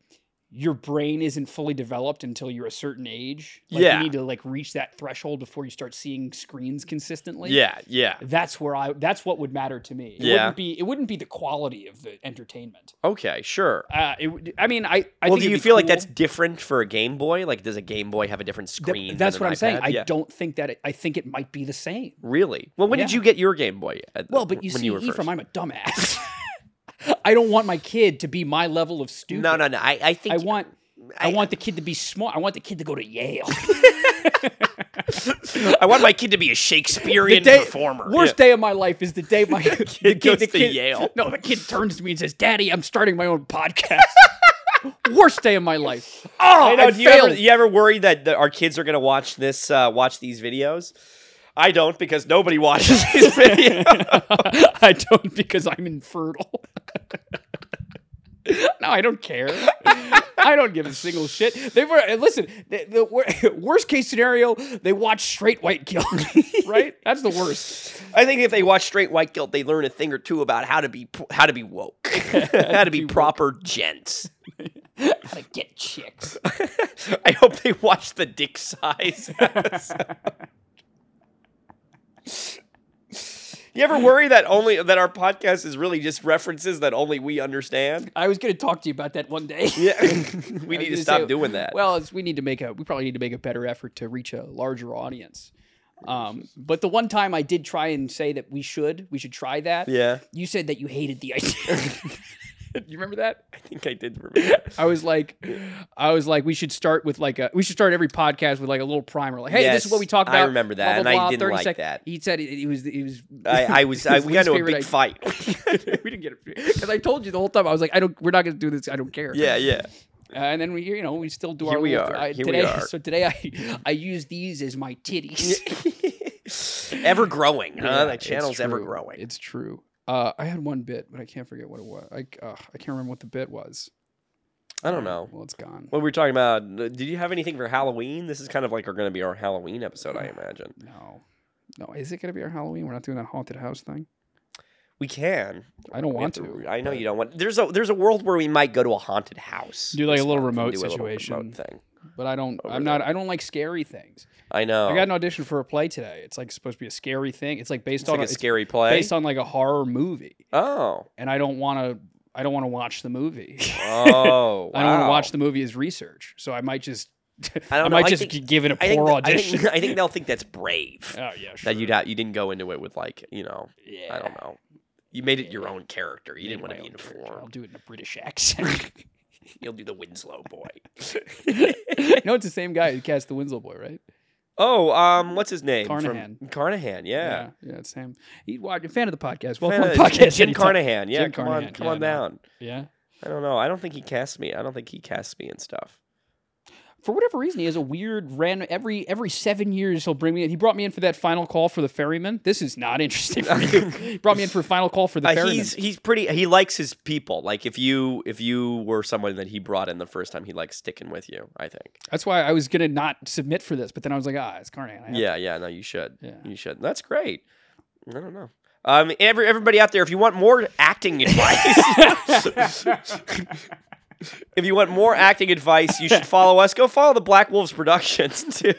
Speaker 1: your brain isn't fully developed until you're a certain age. Like,
Speaker 2: Yeah.
Speaker 1: You need to like reach that threshold before you start seeing screens consistently.
Speaker 2: Yeah. Yeah.
Speaker 1: That's where I that's what would matter to me. It
Speaker 2: Yeah.
Speaker 1: wouldn't be it wouldn't be the quality of the entertainment.
Speaker 2: Okay, sure.
Speaker 1: Uh it would I mean I, I
Speaker 2: well,
Speaker 1: think
Speaker 2: do
Speaker 1: it'd
Speaker 2: you
Speaker 1: be
Speaker 2: feel like
Speaker 1: cool.
Speaker 2: that's different for a Game Boy? Like, does a Game Boy have a different
Speaker 1: Th-
Speaker 2: screen? than
Speaker 1: that's
Speaker 2: an
Speaker 1: what I'm saying.
Speaker 2: iPad?
Speaker 1: I
Speaker 2: Yeah.
Speaker 1: don't think that it, I think it might be the same.
Speaker 2: Really? Well, when did
Speaker 1: Yeah.
Speaker 2: you get your Game Boy? At-
Speaker 1: Well, but you
Speaker 2: when
Speaker 1: see,
Speaker 2: were
Speaker 1: Ephraim,
Speaker 2: first?
Speaker 1: I'm a dumbass. <laughs> I don't want my kid to be my level of stupid.
Speaker 2: No, no, no. I, I think
Speaker 1: I want. I,
Speaker 2: I-
Speaker 1: want the kid to be smart. I want the kid to go to
Speaker 2: <laughs>
Speaker 1: Yale.
Speaker 2: I
Speaker 1: <laughs>
Speaker 2: want my kid to be a Shakespearean
Speaker 1: day-
Speaker 2: performer.
Speaker 1: Worst day of my life is the day
Speaker 2: <laughs>
Speaker 1: my <laughs> the kid
Speaker 2: goes
Speaker 1: the
Speaker 2: to Yale.
Speaker 1: No, the kid turns to me and says, "Daddy, I'm starting my own podcast." <laughs> Worst day of my life. <laughs> Oh, I,
Speaker 2: I know. do you
Speaker 1: failed.
Speaker 2: ever, you ever worry that the, our kids are going to watch this? Uh, watch these videos? I don't because nobody <laughs> watches
Speaker 1: <laughs>
Speaker 2: these videos.
Speaker 1: I don't because I'm infertile. <laughs> no, I don't care. I don't give a single shit. They were and listen. The, the wor- <laughs> worst case scenario, they watch straight white guilt. <laughs> right? That's the worst.
Speaker 2: I think if they watch Straight White Guilt, they learn a thing or two about how to be p- how to be woke, <laughs> how to be proper gents.
Speaker 1: How to get chicks.
Speaker 2: <laughs> I hope they watch the dick size. <laughs> episode. you ever worry that only that our podcast is really just references that only we understand?
Speaker 1: I was going to talk to you about that one day.
Speaker 2: Yeah,
Speaker 1: <laughs> I
Speaker 2: <laughs> we need
Speaker 1: was
Speaker 2: to
Speaker 1: gonna
Speaker 2: stop
Speaker 1: say,
Speaker 2: doing that.
Speaker 1: Well, it's, we need to make a. We probably need to make a better effort to reach a larger audience. Um, but the one time I did try and say that we should, we should try that.
Speaker 2: yeah,
Speaker 1: You said that you hated the idea. <laughs> Do you remember that?
Speaker 2: I think I did remember. That.
Speaker 1: I was like, I was like, we should start with like a, we should start every podcast with like a little primer, like, hey, this is
Speaker 2: Yes,
Speaker 1: what we talk
Speaker 2: I
Speaker 1: about.
Speaker 2: remember that, and I didn't like that.
Speaker 1: He said it, it was, it was. <laughs>
Speaker 2: <laughs> I, I was I,
Speaker 1: his
Speaker 2: we got into a
Speaker 1: least
Speaker 2: big
Speaker 1: favorite
Speaker 2: fight.
Speaker 1: idea. <laughs> we didn't get it because I told you the whole time. I was like, I don't, we're not going to do this. I don't care.
Speaker 2: <laughs> yeah, yeah.
Speaker 1: Uh, and then we, you know, we still do
Speaker 2: Here
Speaker 1: our.
Speaker 2: we
Speaker 1: little-
Speaker 2: are,
Speaker 1: I,
Speaker 2: here we
Speaker 1: today, <laughs>
Speaker 2: are.
Speaker 1: So today I, I use these as my titties. <laughs>
Speaker 2: ever growing,
Speaker 1: Yeah,
Speaker 2: huh? That
Speaker 1: it's
Speaker 2: channel's ever
Speaker 1: true.
Speaker 2: growing.
Speaker 1: It's true. Uh, I had one bit, but I can't forget what it was. I, uh, I can't remember what the bit was.
Speaker 2: I don't know.
Speaker 1: Well, it's gone.
Speaker 2: What we were talking about? uh, Did you have anything for Halloween? This is kind of like going to be our Halloween episode, I imagine.
Speaker 1: No. No, is it going to be our Halloween? We're not doing that haunted house thing.
Speaker 2: We can.
Speaker 1: I don't
Speaker 2: We
Speaker 1: want
Speaker 2: have
Speaker 1: to.
Speaker 2: I know you don't want. There's a there's a world where we might go to a haunted house.
Speaker 1: Do, like, a
Speaker 2: this
Speaker 1: little
Speaker 2: month and
Speaker 1: remote
Speaker 2: do a little
Speaker 1: situation.
Speaker 2: remote thing.
Speaker 1: But I don't.
Speaker 2: Over
Speaker 1: I'm not. I don't like scary things.
Speaker 2: I know.
Speaker 1: I got an audition for a play today. It's like supposed to be a scary thing. It's like based
Speaker 2: it's
Speaker 1: on
Speaker 2: like a
Speaker 1: it's
Speaker 2: scary play.
Speaker 1: based on like a horror movie, <laughs>
Speaker 2: oh,
Speaker 1: and I don't want to. I don't want to watch the movie.
Speaker 2: oh,
Speaker 1: I don't want to
Speaker 2: wow.
Speaker 1: watch the movie as research. So I might just
Speaker 2: I don't
Speaker 1: Am
Speaker 2: know.
Speaker 1: I
Speaker 2: I
Speaker 1: just
Speaker 2: think-
Speaker 1: g- giving a
Speaker 2: I think,
Speaker 1: poor
Speaker 2: I think-
Speaker 1: audition?
Speaker 2: <laughs> I think they'll think that's brave.
Speaker 1: <laughs> oh yeah, sure.
Speaker 2: That you not you didn't go into it with like you know
Speaker 1: yeah.
Speaker 2: I don't know. You made it your
Speaker 1: Yeah.
Speaker 2: own character. You didn't want to be
Speaker 1: I'll
Speaker 2: informed.
Speaker 1: do it in a British <laughs> accent.
Speaker 2: You'll do
Speaker 1: <laughs>
Speaker 2: the Winslow boy.
Speaker 1: no, it's the same guy who cast the Winslow boy, right?
Speaker 2: oh, um, what's his name?
Speaker 1: Carnahan.
Speaker 2: From Carnahan, yeah.
Speaker 1: yeah, it's him. He, well, a fan of the podcast. Welcome to
Speaker 2: Fan of-
Speaker 1: the podcast.
Speaker 2: Jim
Speaker 1: anytime.
Speaker 2: Carnahan, yeah.
Speaker 1: Jim
Speaker 2: come
Speaker 1: Carnahan,
Speaker 2: on, come
Speaker 1: yeah,
Speaker 2: on
Speaker 1: no.
Speaker 2: down.
Speaker 1: Yeah.
Speaker 2: I don't know. I don't think he casts me. I don't think he casts me and stuff.
Speaker 1: for whatever reason, he has a weird random. Every every seven years, he'll bring me. in. He brought me in for that final call for the ferryman. This is not interesting for
Speaker 2: <laughs>
Speaker 1: you. he brought me in for final call for the
Speaker 2: Uh,
Speaker 1: ferryman.
Speaker 2: he's he's pretty. He likes his people. Like if you if you were someone that he brought in the first time, he likes sticking with you. I think.
Speaker 1: That's why I was gonna not submit for this, but then I was like, ah, it's Carnahan. I have-
Speaker 2: Yeah, yeah. No, you should.
Speaker 1: Yeah.
Speaker 2: You should. That's great. I don't know. Um, every everybody out there, if you want more acting <laughs> advice, if you want more acting advice, you should follow us. Go follow the Black Wolves Productions <laughs> too.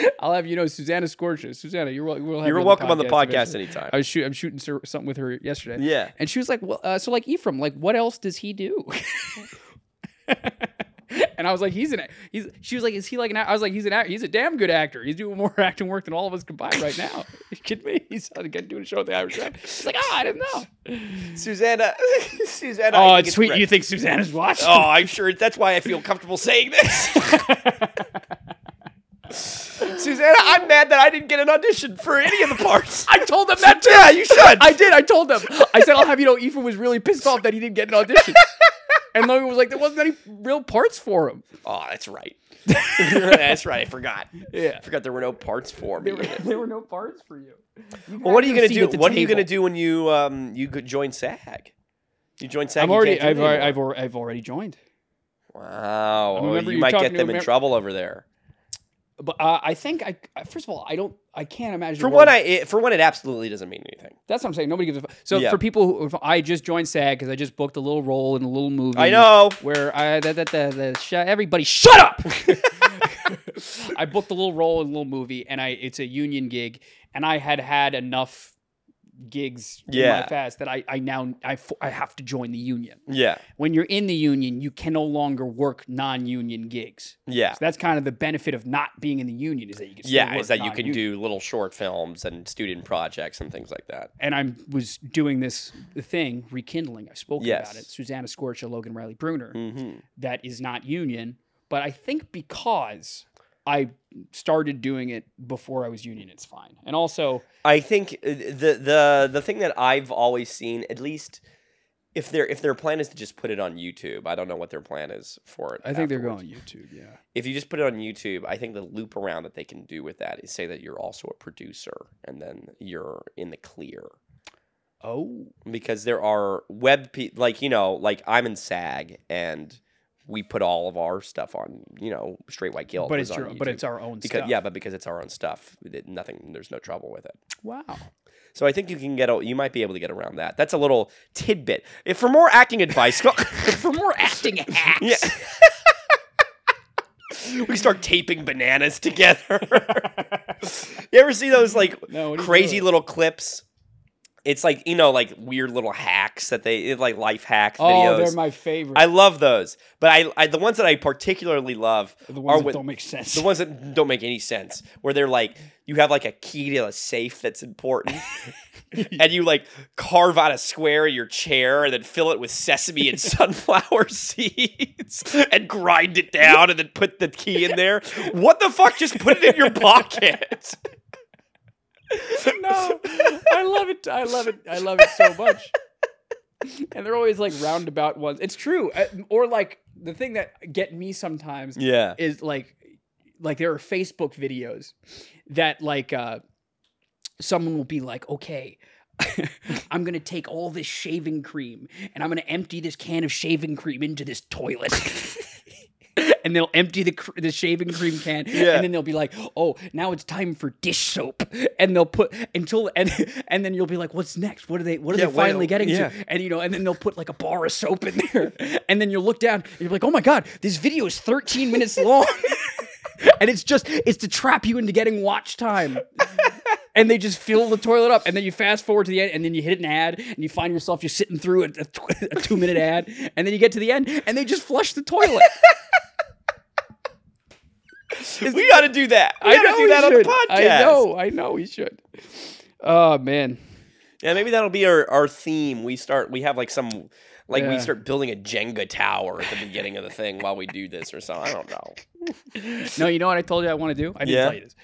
Speaker 1: <laughs> I'll have you know, Susanna Scorcher. Susanna, you're wel- we'll have
Speaker 2: You're
Speaker 1: you
Speaker 2: welcome on the podcast
Speaker 1: eventually.
Speaker 2: anytime.
Speaker 1: I was shoot, I'm shooting sur- something with her yesterday.
Speaker 2: Yeah.
Speaker 1: and she was like, well, uh, so like Ephraim, like what else does he do? <laughs> and I was like, he's an he's. She was like, is he like an? act-" I was like, he's an act. He's a damn good actor. He's doing more <laughs> acting work than all of us combined right now. <laughs> you kidding me? He's again doing a show at the Irish. Rap. She's like, ah, I didn't know.
Speaker 2: Susanna, <laughs> Susanna. I
Speaker 1: Oh,
Speaker 2: think
Speaker 1: it's sweet.
Speaker 2: great.
Speaker 1: You think Susanna's watching?
Speaker 2: Oh, I'm sure that's why I feel comfortable saying this. Susanna, I'm mad that I didn't get an audition for any of the parts.
Speaker 1: <laughs> I told them that too.
Speaker 2: <laughs> yeah, you should.
Speaker 1: I did. I told them. I said, I'll have you know, Ephraim was really pissed off that he didn't get an <laughs> audition. and Logan was like, there wasn't any real parts for him.
Speaker 2: oh, that's right. <laughs> that's right. I forgot.
Speaker 1: Yeah.
Speaker 2: I forgot there were no parts for me.
Speaker 1: There were, <laughs> there were no parts for you.
Speaker 2: Well, what are you
Speaker 1: Have a seat
Speaker 2: gonna do?
Speaker 1: at the
Speaker 2: What are you gonna
Speaker 1: table.
Speaker 2: do when you um you could join SAG? You join SAG.
Speaker 1: I'm
Speaker 2: you
Speaker 1: already,
Speaker 2: can't
Speaker 1: I've,
Speaker 2: do it
Speaker 1: already, I've,
Speaker 2: anymore.
Speaker 1: already, I've already joined.
Speaker 2: Wow.
Speaker 1: I
Speaker 2: Oh,
Speaker 1: remember
Speaker 2: you
Speaker 1: you
Speaker 2: might
Speaker 1: talking
Speaker 2: get
Speaker 1: to
Speaker 2: them in
Speaker 1: remem-
Speaker 2: trouble over there.
Speaker 1: But uh, I think I I- first of all I don't I can't imagine
Speaker 2: For
Speaker 1: a
Speaker 2: one,
Speaker 1: world-
Speaker 2: I it, for one, it absolutely doesn't mean anything.
Speaker 1: that's what I'm saying nobody gives a f- so
Speaker 2: Yeah.
Speaker 1: for people who if I just joined SAG because I just booked a little role in a little movie
Speaker 2: I know.
Speaker 1: where I that that that, that sh- everybody shut up <laughs> I booked a little role in a little movie and I it's a union gig and I had had enough gigs in
Speaker 2: Yeah.
Speaker 1: my past that I I now I f- I have to join the union
Speaker 2: Yeah.
Speaker 1: when you're in the union you can no longer work non-union gigs
Speaker 2: Yeah.
Speaker 1: So that's kind of the benefit of not being in the union is that you can still
Speaker 2: yeah
Speaker 1: work
Speaker 2: is that you can
Speaker 1: non-union.
Speaker 2: do little short films and student projects and things like that
Speaker 1: and I was doing this thing rekindling. I've spoken
Speaker 2: Yes.
Speaker 1: about it. Susanna Scorcha, Logan Riley Bruner.
Speaker 2: mm-hmm.
Speaker 1: that is not union, but I think because I started doing it before I was union, it's fine. And also,
Speaker 2: i think uh, the the the thing that i've always seen at least if their if their plan is to just put it on youtube i don't know what their plan is for it
Speaker 1: I think they're
Speaker 2: afterwards.
Speaker 1: going YouTube. Yeah,
Speaker 2: if you just put it on youtube i think the loop around that they can do with that is say that you're also a producer and then you're in the clear
Speaker 1: Oh,
Speaker 2: because there are web pe- like you know like i'm in sag and we put all of our stuff on you know straight white guilt
Speaker 1: but
Speaker 2: was
Speaker 1: it's your,
Speaker 2: on
Speaker 1: but
Speaker 2: YouTube.
Speaker 1: it's our own
Speaker 2: because
Speaker 1: stuff.
Speaker 2: yeah, but because it's our own stuff, it- nothing. There's no trouble with it.
Speaker 1: Wow.
Speaker 2: <laughs> So I think you can get. a- You might be able to get around that. That's a little tidbit. If for more acting advice, go, <laughs>
Speaker 1: For more acting hacks.
Speaker 2: yeah. <laughs> we start taping bananas together. <laughs> you ever see those like
Speaker 1: No, what are you
Speaker 2: crazy
Speaker 1: doing?
Speaker 2: little clips? It's like you know, like weird little hacks that they like life hack
Speaker 1: Oh,
Speaker 2: videos.
Speaker 1: they're my favorite.
Speaker 2: I love those, but I, I the ones that I particularly love
Speaker 1: the
Speaker 2: are
Speaker 1: ones that
Speaker 2: with
Speaker 1: don't make sense.
Speaker 2: the ones that don't make any sense, where they're like, you have like a key to a safe
Speaker 1: <laughs>
Speaker 2: that's important, and you like carve out a square in your chair and then fill it with
Speaker 1: <laughs>
Speaker 2: sesame and sunflower seeds and grind it down and then put the key in there. What the fuck? Just put it in your pocket.
Speaker 1: <laughs> no, I love it. I love it. I love it so
Speaker 2: <laughs>
Speaker 1: much. And they're always like roundabout ones. It's true. Uh, Or like the thing that get me sometimes
Speaker 2: Yeah.
Speaker 1: is like like there are Facebook videos that like uh someone will be like, okay, <laughs> I'm gonna take all this shaving cream and I'm gonna empty this can of shaving cream into this toilet. <laughs> And they'll empty the cr- the shaving cream can,
Speaker 2: Yeah.
Speaker 1: and then they'll be like, "Oh, now it's time for dish soap." And they'll put until and and then you'll be like, "What's next? What are they? What are
Speaker 2: Yeah,
Speaker 1: they
Speaker 2: why-
Speaker 1: finally getting
Speaker 2: yeah.
Speaker 1: to?" and you know, and then they'll put like a bar of soap in there, <laughs> and then you'll look down and you're like, oh my god, this video is 13 <laughs> minutes long, and it's just it's to trap you into getting watch time. <laughs> and they just fill the toilet up, and then you fast forward to the end, and then you hit an ad, and you find yourself just sitting through a, a tw- a two minute ad, and then you get to the end, and they just flush the
Speaker 2: <laughs>
Speaker 1: toilet.
Speaker 2: we got to do that. We got to do
Speaker 1: we
Speaker 2: that on the
Speaker 1: should. I
Speaker 2: podcast.
Speaker 1: know, I know, we should. Oh man,
Speaker 2: Yeah, maybe that'll be our, our theme. We start we have like some like we
Speaker 1: Yeah.
Speaker 2: start building a Jenga tower at the beginning of the thing while we do this or something. I don't know.
Speaker 1: no, you know what I told you I want to do? I didn't
Speaker 2: Yeah.
Speaker 1: tell you this.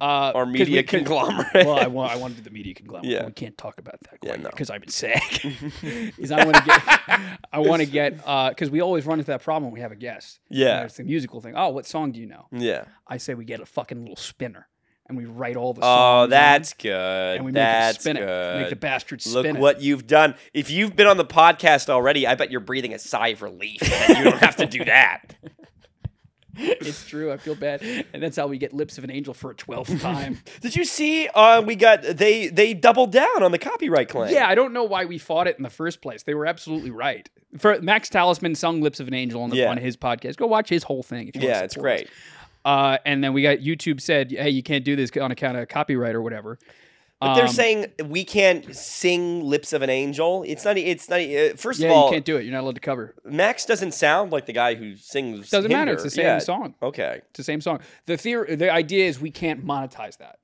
Speaker 1: Uh,
Speaker 2: Our
Speaker 1: 'cause we
Speaker 2: media
Speaker 1: could-
Speaker 2: conglomerate. <laughs>
Speaker 1: Well, I want I want to do the media conglomerate.
Speaker 2: Yeah.
Speaker 1: but We can't talk about that
Speaker 2: Yeah,
Speaker 1: quite
Speaker 2: no.
Speaker 1: because I'm
Speaker 2: <laughs>
Speaker 1: sick. Because I want to get I want to get because we always run into that problem. when We have a guest. You know,
Speaker 2: Yeah.
Speaker 1: it's the musical thing. Oh, what song do you know?
Speaker 2: Yeah.
Speaker 1: I say we get a fucking little spinner and we write all the songs.
Speaker 2: Oh,
Speaker 1: on,
Speaker 2: that's good.
Speaker 1: and we make them
Speaker 2: that's
Speaker 1: spin it.
Speaker 2: good.
Speaker 1: Make the bastard spin
Speaker 2: Look
Speaker 1: it.
Speaker 2: what you've done. If you've been on the podcast already, I bet you're breathing a sigh of relief. that you don't have to
Speaker 1: <laughs>
Speaker 2: do that.
Speaker 1: It's true. I feel bad, and that's how we get "Lips of an Angel" for a
Speaker 2: <laughs>
Speaker 1: twelfth time.
Speaker 2: Did you see uh, we got they they doubled down on the copyright claim.
Speaker 1: yeah, I don't know why we fought it in the first place. They were absolutely right. For Max Talisman sung "Lips of an Angel" on, the,
Speaker 2: Yeah.
Speaker 1: on his podcast. Go watch his whole thing. If you wanna
Speaker 2: Yeah, it's
Speaker 1: support us.
Speaker 2: great.
Speaker 1: Uh, and then we got YouTube said, "Hey, you can't do this on account of copyright or whatever."
Speaker 2: But they're
Speaker 1: Um,
Speaker 2: saying we can't sing "Lips of an Angel." It's not. It's not. Uh, first
Speaker 1: "Yeah,
Speaker 2: of all,
Speaker 1: you can't do it. You're not allowed to cover."
Speaker 2: Max doesn't sound like the guy who sings.
Speaker 1: Doesn't matter.
Speaker 2: Hinder.
Speaker 1: It's the same
Speaker 2: Yeah.
Speaker 1: song.
Speaker 2: Okay.
Speaker 1: It's the same song. The theory, the idea is we can't monetize that.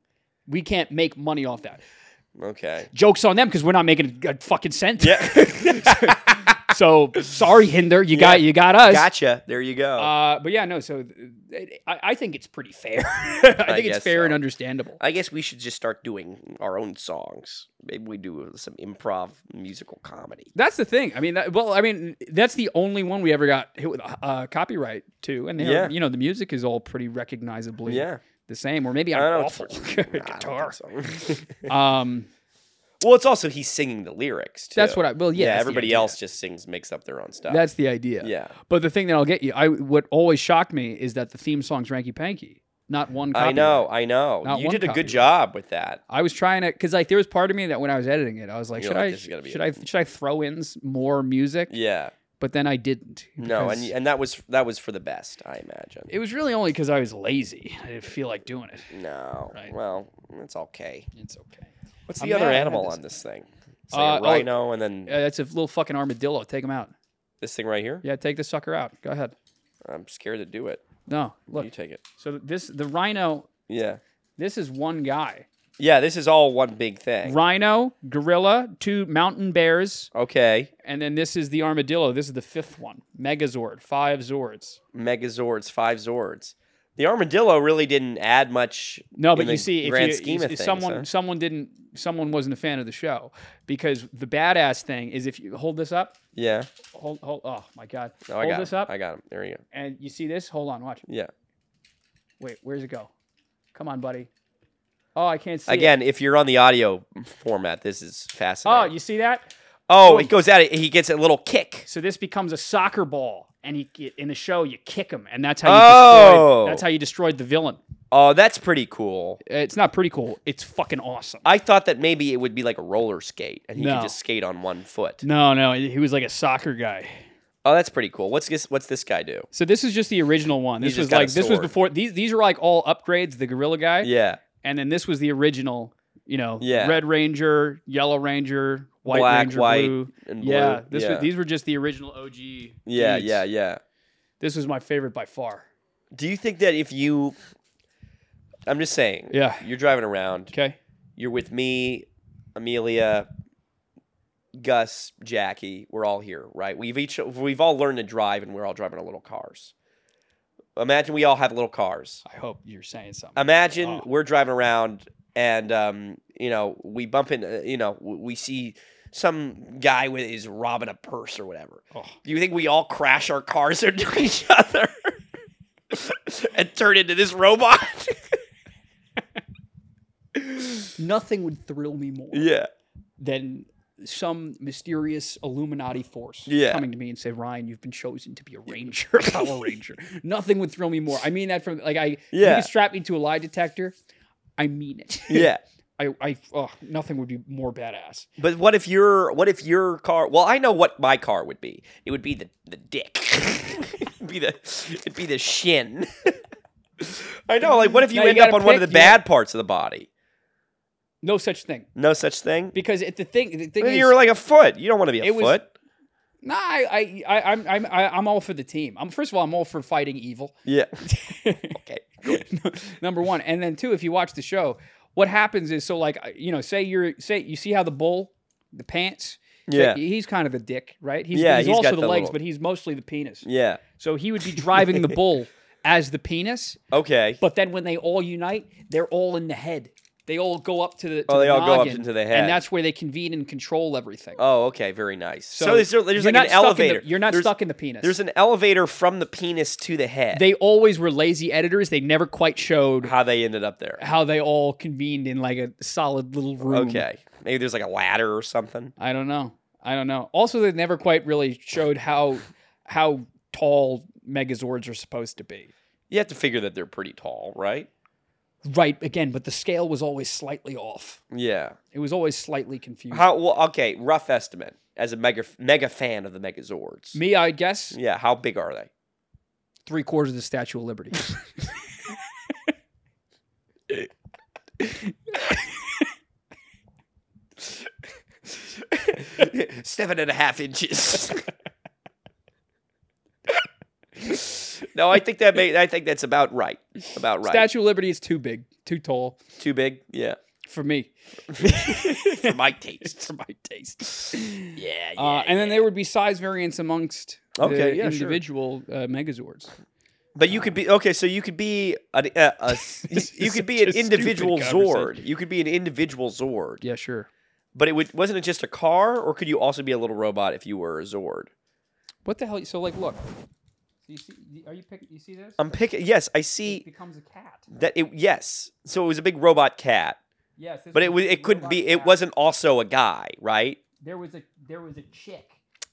Speaker 1: We can't make money off that. <laughs>
Speaker 2: Okay.
Speaker 1: Jokes on them because we're not making a, a fucking cent.
Speaker 2: Yeah.
Speaker 1: <laughs> so sorry, Hinder. You got you got us.
Speaker 2: <laughs> gotcha. There you go.
Speaker 1: Uh, but yeah, no. So th- it- I, I think it's pretty fair. <laughs> I, think it's
Speaker 2: guess
Speaker 1: fair
Speaker 2: so.
Speaker 1: and understandable.
Speaker 2: I guess we should just start doing our own songs. Maybe we do some improv musical comedy.
Speaker 1: That's the thing. I mean, that, well, I mean, that's the only one we ever got hit with uh, copyright to, and they
Speaker 2: Yeah.
Speaker 1: you know, the music is all pretty recognizably <laughs>
Speaker 2: Yeah.
Speaker 1: the same, or maybe
Speaker 2: I
Speaker 1: I'm
Speaker 2: don't know,
Speaker 1: awful <laughs>
Speaker 2: it's-
Speaker 1: at
Speaker 2: Nah, I don't
Speaker 1: guitar. <laughs>
Speaker 2: think so. <laughs>
Speaker 1: Um,
Speaker 2: well, it's also he's singing the lyrics. Too.
Speaker 1: that's what I. Well, yeah,
Speaker 2: Yeah.
Speaker 1: that's the
Speaker 2: everybody
Speaker 1: idea.
Speaker 2: else just sings, makes up their own stuff.
Speaker 1: That's the idea.
Speaker 2: yeah.
Speaker 1: But the thing that I'll get you, I what always shocked me is that the theme song's Ranky Panky, not one. Copyright.
Speaker 2: I know. I know.
Speaker 1: Not
Speaker 2: you
Speaker 1: one
Speaker 2: did a
Speaker 1: copyright.
Speaker 2: good job with that.
Speaker 1: I was trying to because like there was part of me that when I was editing it, I was like,
Speaker 2: You're
Speaker 1: should
Speaker 2: like,
Speaker 1: I
Speaker 2: this is gonna be
Speaker 1: should
Speaker 2: a-
Speaker 1: I should I throw in s- more music?
Speaker 2: Yeah.
Speaker 1: But then I didn't.
Speaker 2: No, and
Speaker 1: because
Speaker 2: and that was that was for the best, I imagine.
Speaker 1: it was really only because I was lazy. I didn't feel like doing it.
Speaker 2: No.
Speaker 1: Right.
Speaker 2: Well, it's okay.
Speaker 1: It's okay.
Speaker 2: What's
Speaker 1: I'm
Speaker 2: the other
Speaker 1: mad I had
Speaker 2: animal
Speaker 1: this.
Speaker 2: on this thing? It's
Speaker 1: Uh,
Speaker 2: like
Speaker 1: oh.
Speaker 2: a rhino, and then
Speaker 1: Yeah, that's a little fucking armadillo. Take him out.
Speaker 2: this thing right here.
Speaker 1: Yeah, take this sucker out. Go ahead.
Speaker 2: I'm scared to do it.
Speaker 1: No, look.
Speaker 2: You take it.
Speaker 1: So this the rhino.
Speaker 2: Yeah.
Speaker 1: This is one guy.
Speaker 2: Yeah. This is all one big thing.
Speaker 1: Rhino, gorilla, two mountain bears,
Speaker 2: Okay.
Speaker 1: and then this is the armadillo. This is the fifth one. Megazord, five zords.
Speaker 2: Megazords, five Zords. The armadillo really didn't add much.
Speaker 1: No,
Speaker 2: in
Speaker 1: but
Speaker 2: the
Speaker 1: you see, if,
Speaker 2: grand
Speaker 1: you,
Speaker 2: scheme
Speaker 1: if-
Speaker 2: of
Speaker 1: if
Speaker 2: things,
Speaker 1: someone
Speaker 2: huh?
Speaker 1: someone didn't someone wasn't a fan of the show because the badass thing is if you hold this up,
Speaker 2: Yeah.
Speaker 1: hold hold oh my god,
Speaker 2: No, I
Speaker 1: hold
Speaker 2: got
Speaker 1: this
Speaker 2: him.
Speaker 1: up
Speaker 2: I got him. There you go.
Speaker 1: and you see this. Hold on, watch.
Speaker 2: Yeah.
Speaker 1: Wait, where's it go? Come on, buddy. Oh, I can't see. it.
Speaker 2: Again, if you're on the audio format, this is
Speaker 1: Oh,
Speaker 2: fascinating.
Speaker 1: you see that?
Speaker 2: Oh, it goes at it. He gets a little kick.
Speaker 1: So this becomes a soccer ball, and he in the show you kick him, and that's how you
Speaker 2: Oh.
Speaker 1: destroyed, that's how you destroyed the villain.
Speaker 2: Oh, that's pretty cool.
Speaker 1: It's not pretty cool. It's fucking awesome.
Speaker 2: I thought that maybe it would be like a roller skate, and he
Speaker 1: No.
Speaker 2: could just skate on one foot.
Speaker 1: No, no, he was like a soccer guy.
Speaker 2: Oh, that's pretty cool. What's this? What's this guy do?
Speaker 1: So this is just the original one. This
Speaker 2: just
Speaker 1: was
Speaker 2: got a
Speaker 1: like this was
Speaker 2: sword.
Speaker 1: before these these are like all upgrades, the gorilla guy.
Speaker 2: Yeah,
Speaker 1: And then this was the original, you know,
Speaker 2: Yeah.
Speaker 1: Red Ranger, Yellow Ranger, White
Speaker 2: Black,
Speaker 1: Ranger,
Speaker 2: white,
Speaker 1: blue.
Speaker 2: and
Speaker 1: Yeah,
Speaker 2: blue.
Speaker 1: this
Speaker 2: yeah.
Speaker 1: Was, these were just the original OG.
Speaker 2: yeah,
Speaker 1: dudes.
Speaker 2: yeah, yeah.
Speaker 1: This was my favorite by far.
Speaker 2: Do you think that if you, I'm just saying,
Speaker 1: Yeah.
Speaker 2: you're driving around,
Speaker 1: Okay.
Speaker 2: you're with me, Amelia, Gus, Jackie, we're all here, right? We've each we've all learned to drive, and we're all driving our little cars. Imagine we all have little cars.
Speaker 1: I hope you're saying something.
Speaker 2: imagine
Speaker 1: Oh.
Speaker 2: we're driving around and um, you know we bump into you know w- we see some guy with is robbing a purse or whatever
Speaker 1: Oh.
Speaker 2: do you think we all crash our cars <laughs> into each other and turn into this robot <laughs>
Speaker 1: Nothing would thrill me more
Speaker 2: yeah
Speaker 1: than some mysterious Illuminati force
Speaker 2: Yeah.
Speaker 1: coming to me and say, Ryan, you've been chosen to be a ranger, a Power Ranger.
Speaker 2: <laughs>
Speaker 1: Nothing would thrill me more. I mean that from like I if you
Speaker 2: Yeah.
Speaker 1: could strap me to a lie detector. I mean it.
Speaker 2: yeah
Speaker 1: <laughs> I, I oh, nothing would be more badass.
Speaker 2: but what if your what if your car well i know what my car would be it would be the the dick <laughs> it'd be the it'd be the shin i know like what if you
Speaker 1: Now you
Speaker 2: end up
Speaker 1: gotta
Speaker 2: on one of the
Speaker 1: pick- you
Speaker 2: bad parts of the body
Speaker 1: No such thing.
Speaker 2: No such thing.
Speaker 1: Because it, the thing, the thing is,
Speaker 2: you were like a foot. You don't want to be a
Speaker 1: It was-
Speaker 2: foot.
Speaker 1: nah, I, I, I, I'm, I'm, I- I'm all for the team. I'm first of all, I'm all for fighting evil. <laughs>
Speaker 2: yeah. okay.
Speaker 1: Number one, and then two, if you watch the show, what happens is so like you know, say you're say you see how the bull, the pants, so
Speaker 2: Yeah.
Speaker 1: he's kind of the dick, right? He's,
Speaker 2: Yeah,
Speaker 1: he's,
Speaker 2: he's
Speaker 1: also
Speaker 2: got
Speaker 1: the,
Speaker 2: the
Speaker 1: legs,
Speaker 2: little-
Speaker 1: but he's mostly the penis.
Speaker 2: Yeah.
Speaker 1: So he would be driving
Speaker 2: <laughs>
Speaker 1: the bull as the penis,
Speaker 2: Okay.
Speaker 1: but then when they all unite, they're all in the head. They all go up to the. To
Speaker 2: Oh, they
Speaker 1: the
Speaker 2: all go up
Speaker 1: noggin,
Speaker 2: into the
Speaker 1: and
Speaker 2: head.
Speaker 1: that's where they convene and control everything.
Speaker 2: Oh, okay. Very nice. So,
Speaker 1: So
Speaker 2: there's, there's
Speaker 1: you're
Speaker 2: like
Speaker 1: not
Speaker 2: an
Speaker 1: stuck in the-
Speaker 2: elevator.
Speaker 1: you're not
Speaker 2: There's-
Speaker 1: stuck in the penis.
Speaker 2: There's an elevator from the penis to the head.
Speaker 1: they always were lazy editors. They never quite showed
Speaker 2: how they ended up <laughs> there.
Speaker 1: how they all convened in like a solid little room.
Speaker 2: Okay. Maybe there's like a ladder or something.
Speaker 1: I don't know. I don't know. Also, they never quite really showed how how tall Megazords are supposed to be.
Speaker 2: You have to figure that they're pretty tall, right?
Speaker 1: Right again, but the scale was always slightly off.
Speaker 2: Yeah.
Speaker 1: It was always slightly confusing.
Speaker 2: How well okay, rough estimate as a mega mega fan of the Megazords.
Speaker 1: Me, I guess
Speaker 2: Yeah, how big are they?
Speaker 1: three quarters of the Statue of Liberty.
Speaker 2: <laughs> Seven and a half inches. <laughs> no, I think that may, I think that's about right. About <laughs> right.
Speaker 1: Statue of Liberty is too big, too tall
Speaker 2: Too big? Yeah.
Speaker 1: for me,
Speaker 2: <laughs> For <laughs> my taste.
Speaker 1: for my taste.
Speaker 2: Yeah, yeah.
Speaker 1: Uh, and then there would be size variance amongst
Speaker 2: Okay,
Speaker 1: the
Speaker 2: yeah, sure.
Speaker 1: individual uh, Megazords.
Speaker 2: But you could be okay. So you could be an, uh, a s-
Speaker 1: <laughs> This
Speaker 2: you
Speaker 1: is
Speaker 2: could be
Speaker 1: such
Speaker 2: an
Speaker 1: a stupid
Speaker 2: individual Zord.
Speaker 1: conversation.
Speaker 2: You could be an individual Zord.
Speaker 1: Yeah, sure.
Speaker 2: But it would, wasn't it just a car, or could you also be a little robot if you were a Zord?
Speaker 1: What the hell? So like, look. You see, are you picking? You see this?
Speaker 2: I'm picking. Yes, I
Speaker 1: It
Speaker 2: see
Speaker 1: becomes a cat.
Speaker 2: that. It yes. So it was a big robot cat,
Speaker 1: Yes, this
Speaker 2: but it
Speaker 1: was
Speaker 2: was
Speaker 1: a
Speaker 2: it couldn't
Speaker 1: robot
Speaker 2: be. It
Speaker 1: cat.
Speaker 2: wasn't also a guy, right?
Speaker 3: There was a there was a chick.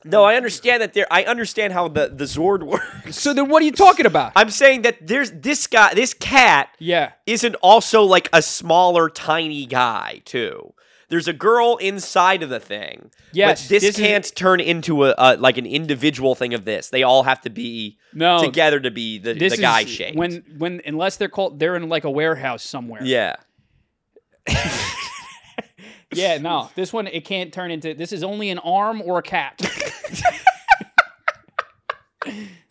Speaker 2: No, I understand that there. I understand how the the Zord <laughs> works.
Speaker 1: So then, what are you talking
Speaker 2: <laughs>
Speaker 1: about?
Speaker 2: I'm saying that there's this guy, this cat
Speaker 1: yeah,
Speaker 2: isn't also like a smaller, tiny guy too. There's a girl inside of the thing.
Speaker 1: Yes,
Speaker 2: but this,
Speaker 1: this is-
Speaker 2: can't turn into a uh, like an individual thing of this. They all have to be
Speaker 1: no.
Speaker 2: together to be the,
Speaker 1: Oh, this
Speaker 2: the guy
Speaker 1: is
Speaker 2: shape.
Speaker 1: When when unless they're called, they're in like a warehouse somewhere.
Speaker 2: yeah,
Speaker 1: yeah. No, this one it can't turn into. This is only an arm or a
Speaker 2: <laughs>
Speaker 1: cat.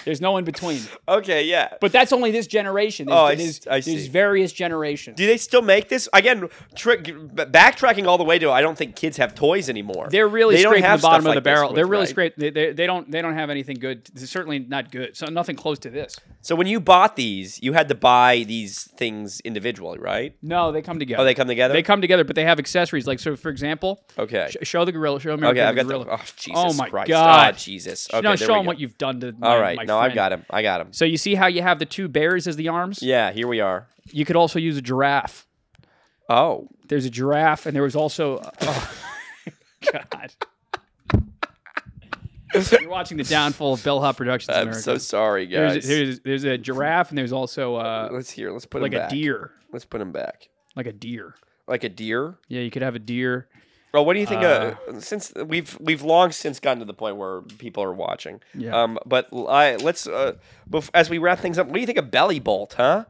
Speaker 1: There's no in between.
Speaker 2: okay, yeah.
Speaker 1: But that's only this generation. There's,
Speaker 2: Oh, I
Speaker 1: there's,
Speaker 2: s- I
Speaker 1: there's
Speaker 2: see.
Speaker 1: various generations.
Speaker 2: Do they still make this again? Tri- b- backtracking all the way to I don't think kids have toys anymore.
Speaker 1: They're really
Speaker 2: They don't
Speaker 1: scraping the
Speaker 2: have stuff
Speaker 1: bottom of
Speaker 2: like
Speaker 1: the
Speaker 2: this
Speaker 1: barrel.
Speaker 2: with,
Speaker 1: They're really
Speaker 2: right?
Speaker 1: scraping. They, they, they don't. They don't have anything good. It's certainly not good. So nothing close to this.
Speaker 2: So when you bought these, you had to buy these things individually, right?
Speaker 1: No, they come together.
Speaker 2: Oh, they come together.
Speaker 1: Mm-hmm. They come together, but they have accessories. Like so, for example,
Speaker 2: okay.
Speaker 1: sh- show the gorilla. Show me
Speaker 2: Okay,
Speaker 1: the
Speaker 2: I've got
Speaker 1: gorilla.
Speaker 2: the. Oh, Jesus
Speaker 1: Oh my
Speaker 2: Christ.
Speaker 1: God.
Speaker 2: Oh, Jesus. Okay,
Speaker 1: no,
Speaker 2: there
Speaker 1: show
Speaker 2: we
Speaker 1: him
Speaker 2: go.
Speaker 1: what you've done to.
Speaker 2: All
Speaker 1: my-
Speaker 2: right.
Speaker 1: my
Speaker 2: No, I've
Speaker 1: friend.
Speaker 2: got him. I got him.
Speaker 1: So you see how you have the two bears as the arms?
Speaker 2: Yeah, here we are.
Speaker 1: You could also use a giraffe.
Speaker 2: Oh.
Speaker 1: There's a giraffe, and there was also. oh, <laughs> God. <laughs> You're watching the downfall of Bell Hop Productions.
Speaker 2: I'm
Speaker 1: America.
Speaker 2: so sorry, guys.
Speaker 1: there's, there's there's a giraffe, and there's also uh,
Speaker 2: let's hear. Let's put
Speaker 1: like
Speaker 2: him
Speaker 1: a
Speaker 2: back.
Speaker 1: deer,
Speaker 2: Let's put him back.
Speaker 1: like a deer.
Speaker 2: Like a deer.
Speaker 1: Yeah, you could have a deer.
Speaker 2: Well, what do you think? Uh, since we've we've long since gotten to the point where people are watching.
Speaker 1: Yeah.
Speaker 2: Um, but l- I, let's uh, bef- as we wrap things up, what do you think of Belly Bolt? Huh?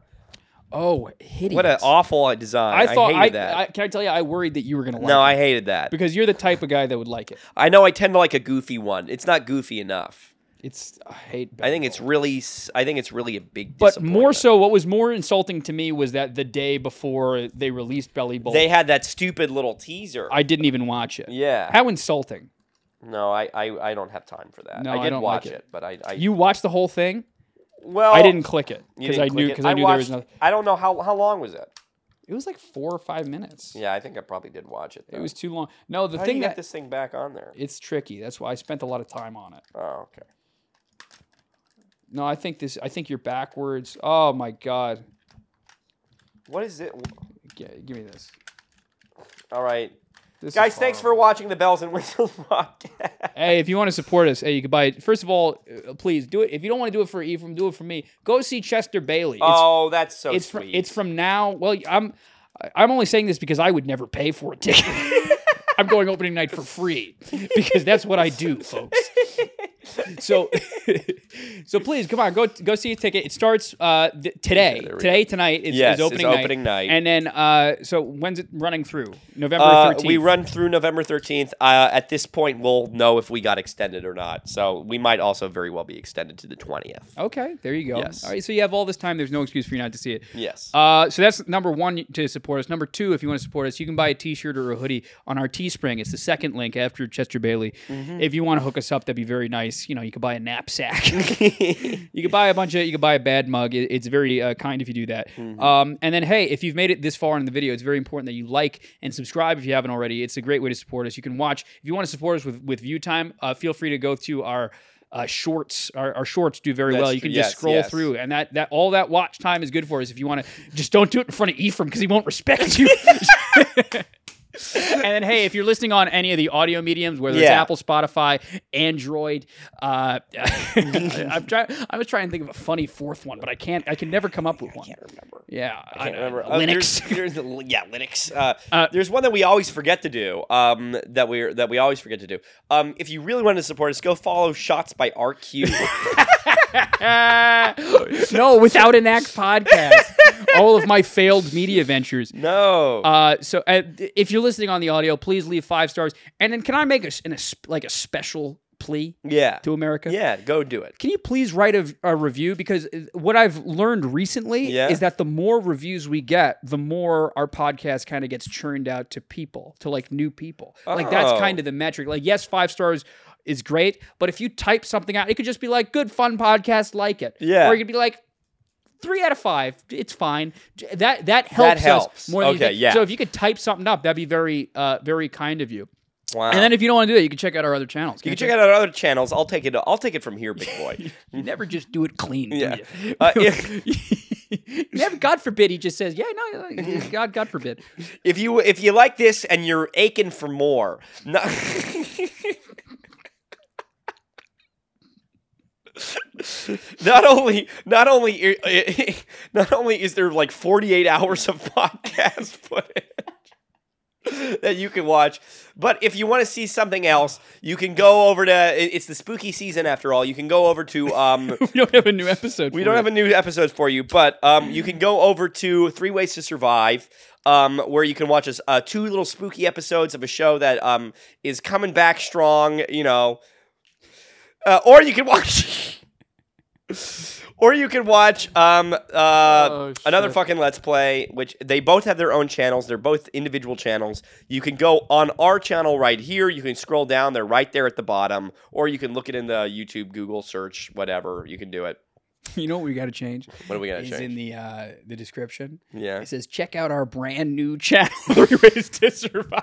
Speaker 1: Oh, hideous!
Speaker 2: What an awful uh,
Speaker 1: I
Speaker 2: design. I,
Speaker 1: thought
Speaker 2: hated
Speaker 1: I,
Speaker 2: that.
Speaker 1: I- can I tell you I worried that you were gonna like
Speaker 2: no,
Speaker 1: it
Speaker 2: I hated that.
Speaker 1: because you're the type of guy that would like it.
Speaker 2: I know I tend to like a goofy one. It's not goofy enough.
Speaker 1: It's I hate.
Speaker 2: I think it's really. s- I think it's really a big.
Speaker 1: but more
Speaker 2: disappointment.
Speaker 1: so, what was more insulting to me was that the day before they released Belly Bowl,
Speaker 2: they had that stupid little teaser.
Speaker 1: I didn't even watch it.
Speaker 2: yeah.
Speaker 1: How insulting!
Speaker 2: no, I, I I don't have time for that.
Speaker 1: No,
Speaker 2: I
Speaker 1: I
Speaker 2: did
Speaker 1: don't like
Speaker 2: watch
Speaker 1: it.
Speaker 2: it, but I, I
Speaker 1: You watched the whole thing.
Speaker 2: well
Speaker 1: I didn't click it
Speaker 2: Oh. you
Speaker 1: because
Speaker 2: didn't
Speaker 1: I
Speaker 2: click
Speaker 1: knew
Speaker 2: it.
Speaker 1: because I, knew there was
Speaker 2: watched-
Speaker 1: nothing.
Speaker 2: I don't know how how long was it.
Speaker 1: It was like four or five minutes.
Speaker 2: Yeah, I think I probably did watch it. Though.
Speaker 1: It was too long. No, the
Speaker 2: How do
Speaker 1: thing
Speaker 2: you
Speaker 1: that
Speaker 2: get this thing back on there?
Speaker 1: it's tricky. That's why I spent a lot of time on it.
Speaker 2: Oh, okay.
Speaker 1: No, I think this. I think you're backwards. Oh my god!
Speaker 2: What is it?
Speaker 1: G- give me this.
Speaker 2: All right,
Speaker 1: This is
Speaker 2: guys. Thanks for
Speaker 1: horrible.
Speaker 2: watching the Bells and Whistles <laughs> podcast.
Speaker 1: Hey, if you want to support us, hey, you can buy it. First of all, uh, please do it. If you don't want to do it for Ephraim, do it for me. Go see Chester Bailey. It's,
Speaker 2: oh, that's so
Speaker 1: it's from
Speaker 2: sweet.
Speaker 1: it's from now. Well, I'm I'm only saying this because I would never pay for a
Speaker 2: <laughs>
Speaker 1: ticket. I'm going opening night for free because that's what I do, folks. So, <laughs> So please, come on, go go see a ticket. It starts uh, th- today.
Speaker 2: there we
Speaker 1: today, tonight is,
Speaker 2: Yes,
Speaker 1: is opening,
Speaker 2: it's
Speaker 1: night.
Speaker 2: opening night.
Speaker 1: And then, uh, so when's it running through? November
Speaker 2: Uh,
Speaker 1: 13th.
Speaker 2: we run through November 13th. Uh, at this point, we'll know if we got extended or not. So we might also very well be extended to the 20th.
Speaker 1: okay, there you go.
Speaker 2: Yes.
Speaker 1: All right, so you have all this time. There's no excuse for you not to see it.
Speaker 2: Yes.
Speaker 1: Uh, so that's number one to support us. Number two, if you want to support us, you can buy a T-shirt or a hoodie on our Teespring. It's the second link after Chester Bailey.
Speaker 2: Mm-hmm.
Speaker 1: If you want to hook us up, that'd be very nice. You know, you could buy a knapsack.
Speaker 2: <laughs>
Speaker 1: you could buy a bunch of. You could buy a bad mug. It- it's very uh, kind if you do that.
Speaker 2: Mm-hmm.
Speaker 1: Um, and then hey, if you've made it this far in the video, it's very important that you like and subscribe if you haven't already. It's a great way to support us. You can watch if you want to support us with with view time. Uh, feel free to go to our. Uh, shorts, our, our shorts do very
Speaker 2: That's
Speaker 1: well. You
Speaker 2: true.
Speaker 1: can
Speaker 2: Yes,
Speaker 1: just scroll
Speaker 2: yes.
Speaker 1: through and that that all that watch time is good for us if you want to just don't do it in front of Ephraim because he won't respect
Speaker 2: <laughs>
Speaker 1: you. and then hey, if you're listening on any of the audio mediums, whether it's
Speaker 2: Yeah.
Speaker 1: Apple, Spotify, Android,
Speaker 2: <laughs>
Speaker 1: uh, I'm trying. I was trying to think of a funny fourth one, but I can't. I can never come up with one.
Speaker 2: I don't remember.
Speaker 1: Yeah,
Speaker 2: I can't remember. Uh,
Speaker 1: Linux.
Speaker 2: there's- there's- yeah, Linux. Uh,
Speaker 1: Uh,
Speaker 2: there's one that we always forget to do. Um, that we that we always forget to do. Um, if you really want to support us, go follow Shots
Speaker 1: <laughs>
Speaker 2: by RQ. Uh, <laughs>
Speaker 1: no, without an act podcast, all of my failed media ventures.
Speaker 2: no.
Speaker 1: Uh, so uh, if you're listening on the audio, please leave five stars. And then can I make a, s- an, a s- like a special plea
Speaker 2: yeah.
Speaker 1: to America?
Speaker 2: Yeah. Go do it.
Speaker 1: Can you please write a, a review? Because uh, what I've learned recently
Speaker 2: Yeah.
Speaker 1: is that the more reviews we get, the more our podcast kind of gets churned out to people, to like new people. Like that's
Speaker 2: Oh.
Speaker 1: kind of the metric. Like, yes, five stars is great, but if you type something out, it could just be like, good, fun podcast, like it.
Speaker 2: Yeah.
Speaker 1: Or it could be like, three out of five, it's fine. J- That that helps, us
Speaker 2: helps.
Speaker 1: more than you
Speaker 2: Okay,
Speaker 1: think.
Speaker 2: yeah.
Speaker 1: So if you could type something up, that'd be very uh, very kind of you.
Speaker 2: Wow.
Speaker 1: And then if you don't want to do that, you can check out our other channels.
Speaker 2: you can check out our other channels. I'll take it. I'll take it from here, big
Speaker 1: <laughs>
Speaker 2: boy.
Speaker 1: You never just do it clean. do
Speaker 2: Yeah.
Speaker 1: <laughs> you?
Speaker 2: Uh, if-
Speaker 1: Never, God forbid, he just says, "Yeah, no, no, <laughs> God, God forbid."
Speaker 2: If you if you like this and you're aching for more, no- not only not only not only is there like 48 hours of podcast <laughs> footage that you can watch, but if you want to see something else, you can go over to it- it's the spooky season after all. You can go over to um
Speaker 1: We don't have a new episode.
Speaker 2: we don't have a new episode for you, but um, you can go over to Three Ways to Survive, um, where you can watch us uh, two little spooky episodes of a show that um, is coming back strong. You know, uh, or you can watch, <laughs> or you can watch um, uh,
Speaker 1: Oh,
Speaker 2: another
Speaker 1: shit.
Speaker 2: fucking Let's Play, which they both have their own channels. They're both individual channels. You can go on our channel right here. You can scroll down; they're right there at the bottom. Or you can look it in the YouTube, Google search, whatever. You can do it.
Speaker 1: You know what we got to change?
Speaker 2: What are we gonna
Speaker 1: Is
Speaker 2: change?
Speaker 1: in the uh, the description.
Speaker 2: yeah.
Speaker 1: It says, "Check out our brand new <laughs> channel, Three Ways to Survive."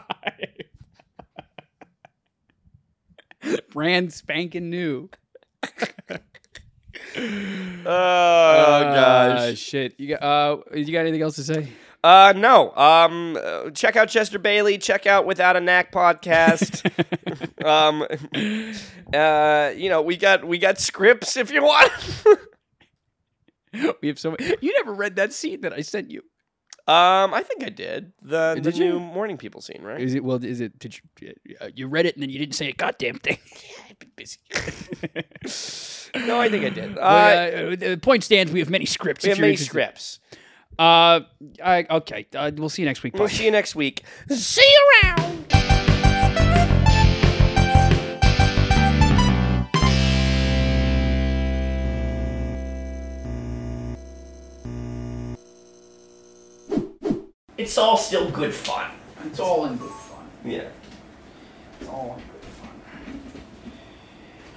Speaker 1: <laughs> brand spanking new.
Speaker 2: Oh
Speaker 1: Ah,
Speaker 2: gosh.
Speaker 1: shit! You got uh, you got anything else to say? <laughs>
Speaker 2: Uh no. Um uh, check out Chester Bailey, check out Without a
Speaker 1: <laughs>
Speaker 2: Knack podcast. um uh you know, we got we got scripts if you want. <laughs>
Speaker 1: we have so many. You never read that scene that I sent you.
Speaker 2: um I think I did. The, the
Speaker 1: Did
Speaker 2: new
Speaker 1: you?
Speaker 2: Morning People scene, right?
Speaker 1: Is it well? Is it? Did you? Uh, you read it and then you didn't say a goddamn thing.
Speaker 2: busy.
Speaker 1: <laughs>
Speaker 2: no, I think I did. Uh,
Speaker 1: But, uh, the point stands. We have many scripts.
Speaker 2: we
Speaker 1: if
Speaker 2: have
Speaker 1: you're
Speaker 2: many
Speaker 1: interested.
Speaker 2: scripts.
Speaker 1: Uh, I, okay. Uh, we'll see you next week.
Speaker 2: We'll
Speaker 1: Bye.
Speaker 2: see you next week.
Speaker 4: See you around.
Speaker 2: It's all still good fun.
Speaker 4: It's all in good fun.
Speaker 2: Yeah.
Speaker 4: It's all in good fun.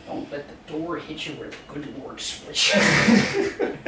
Speaker 4: Don't let the door hit you where the good Lord splits you.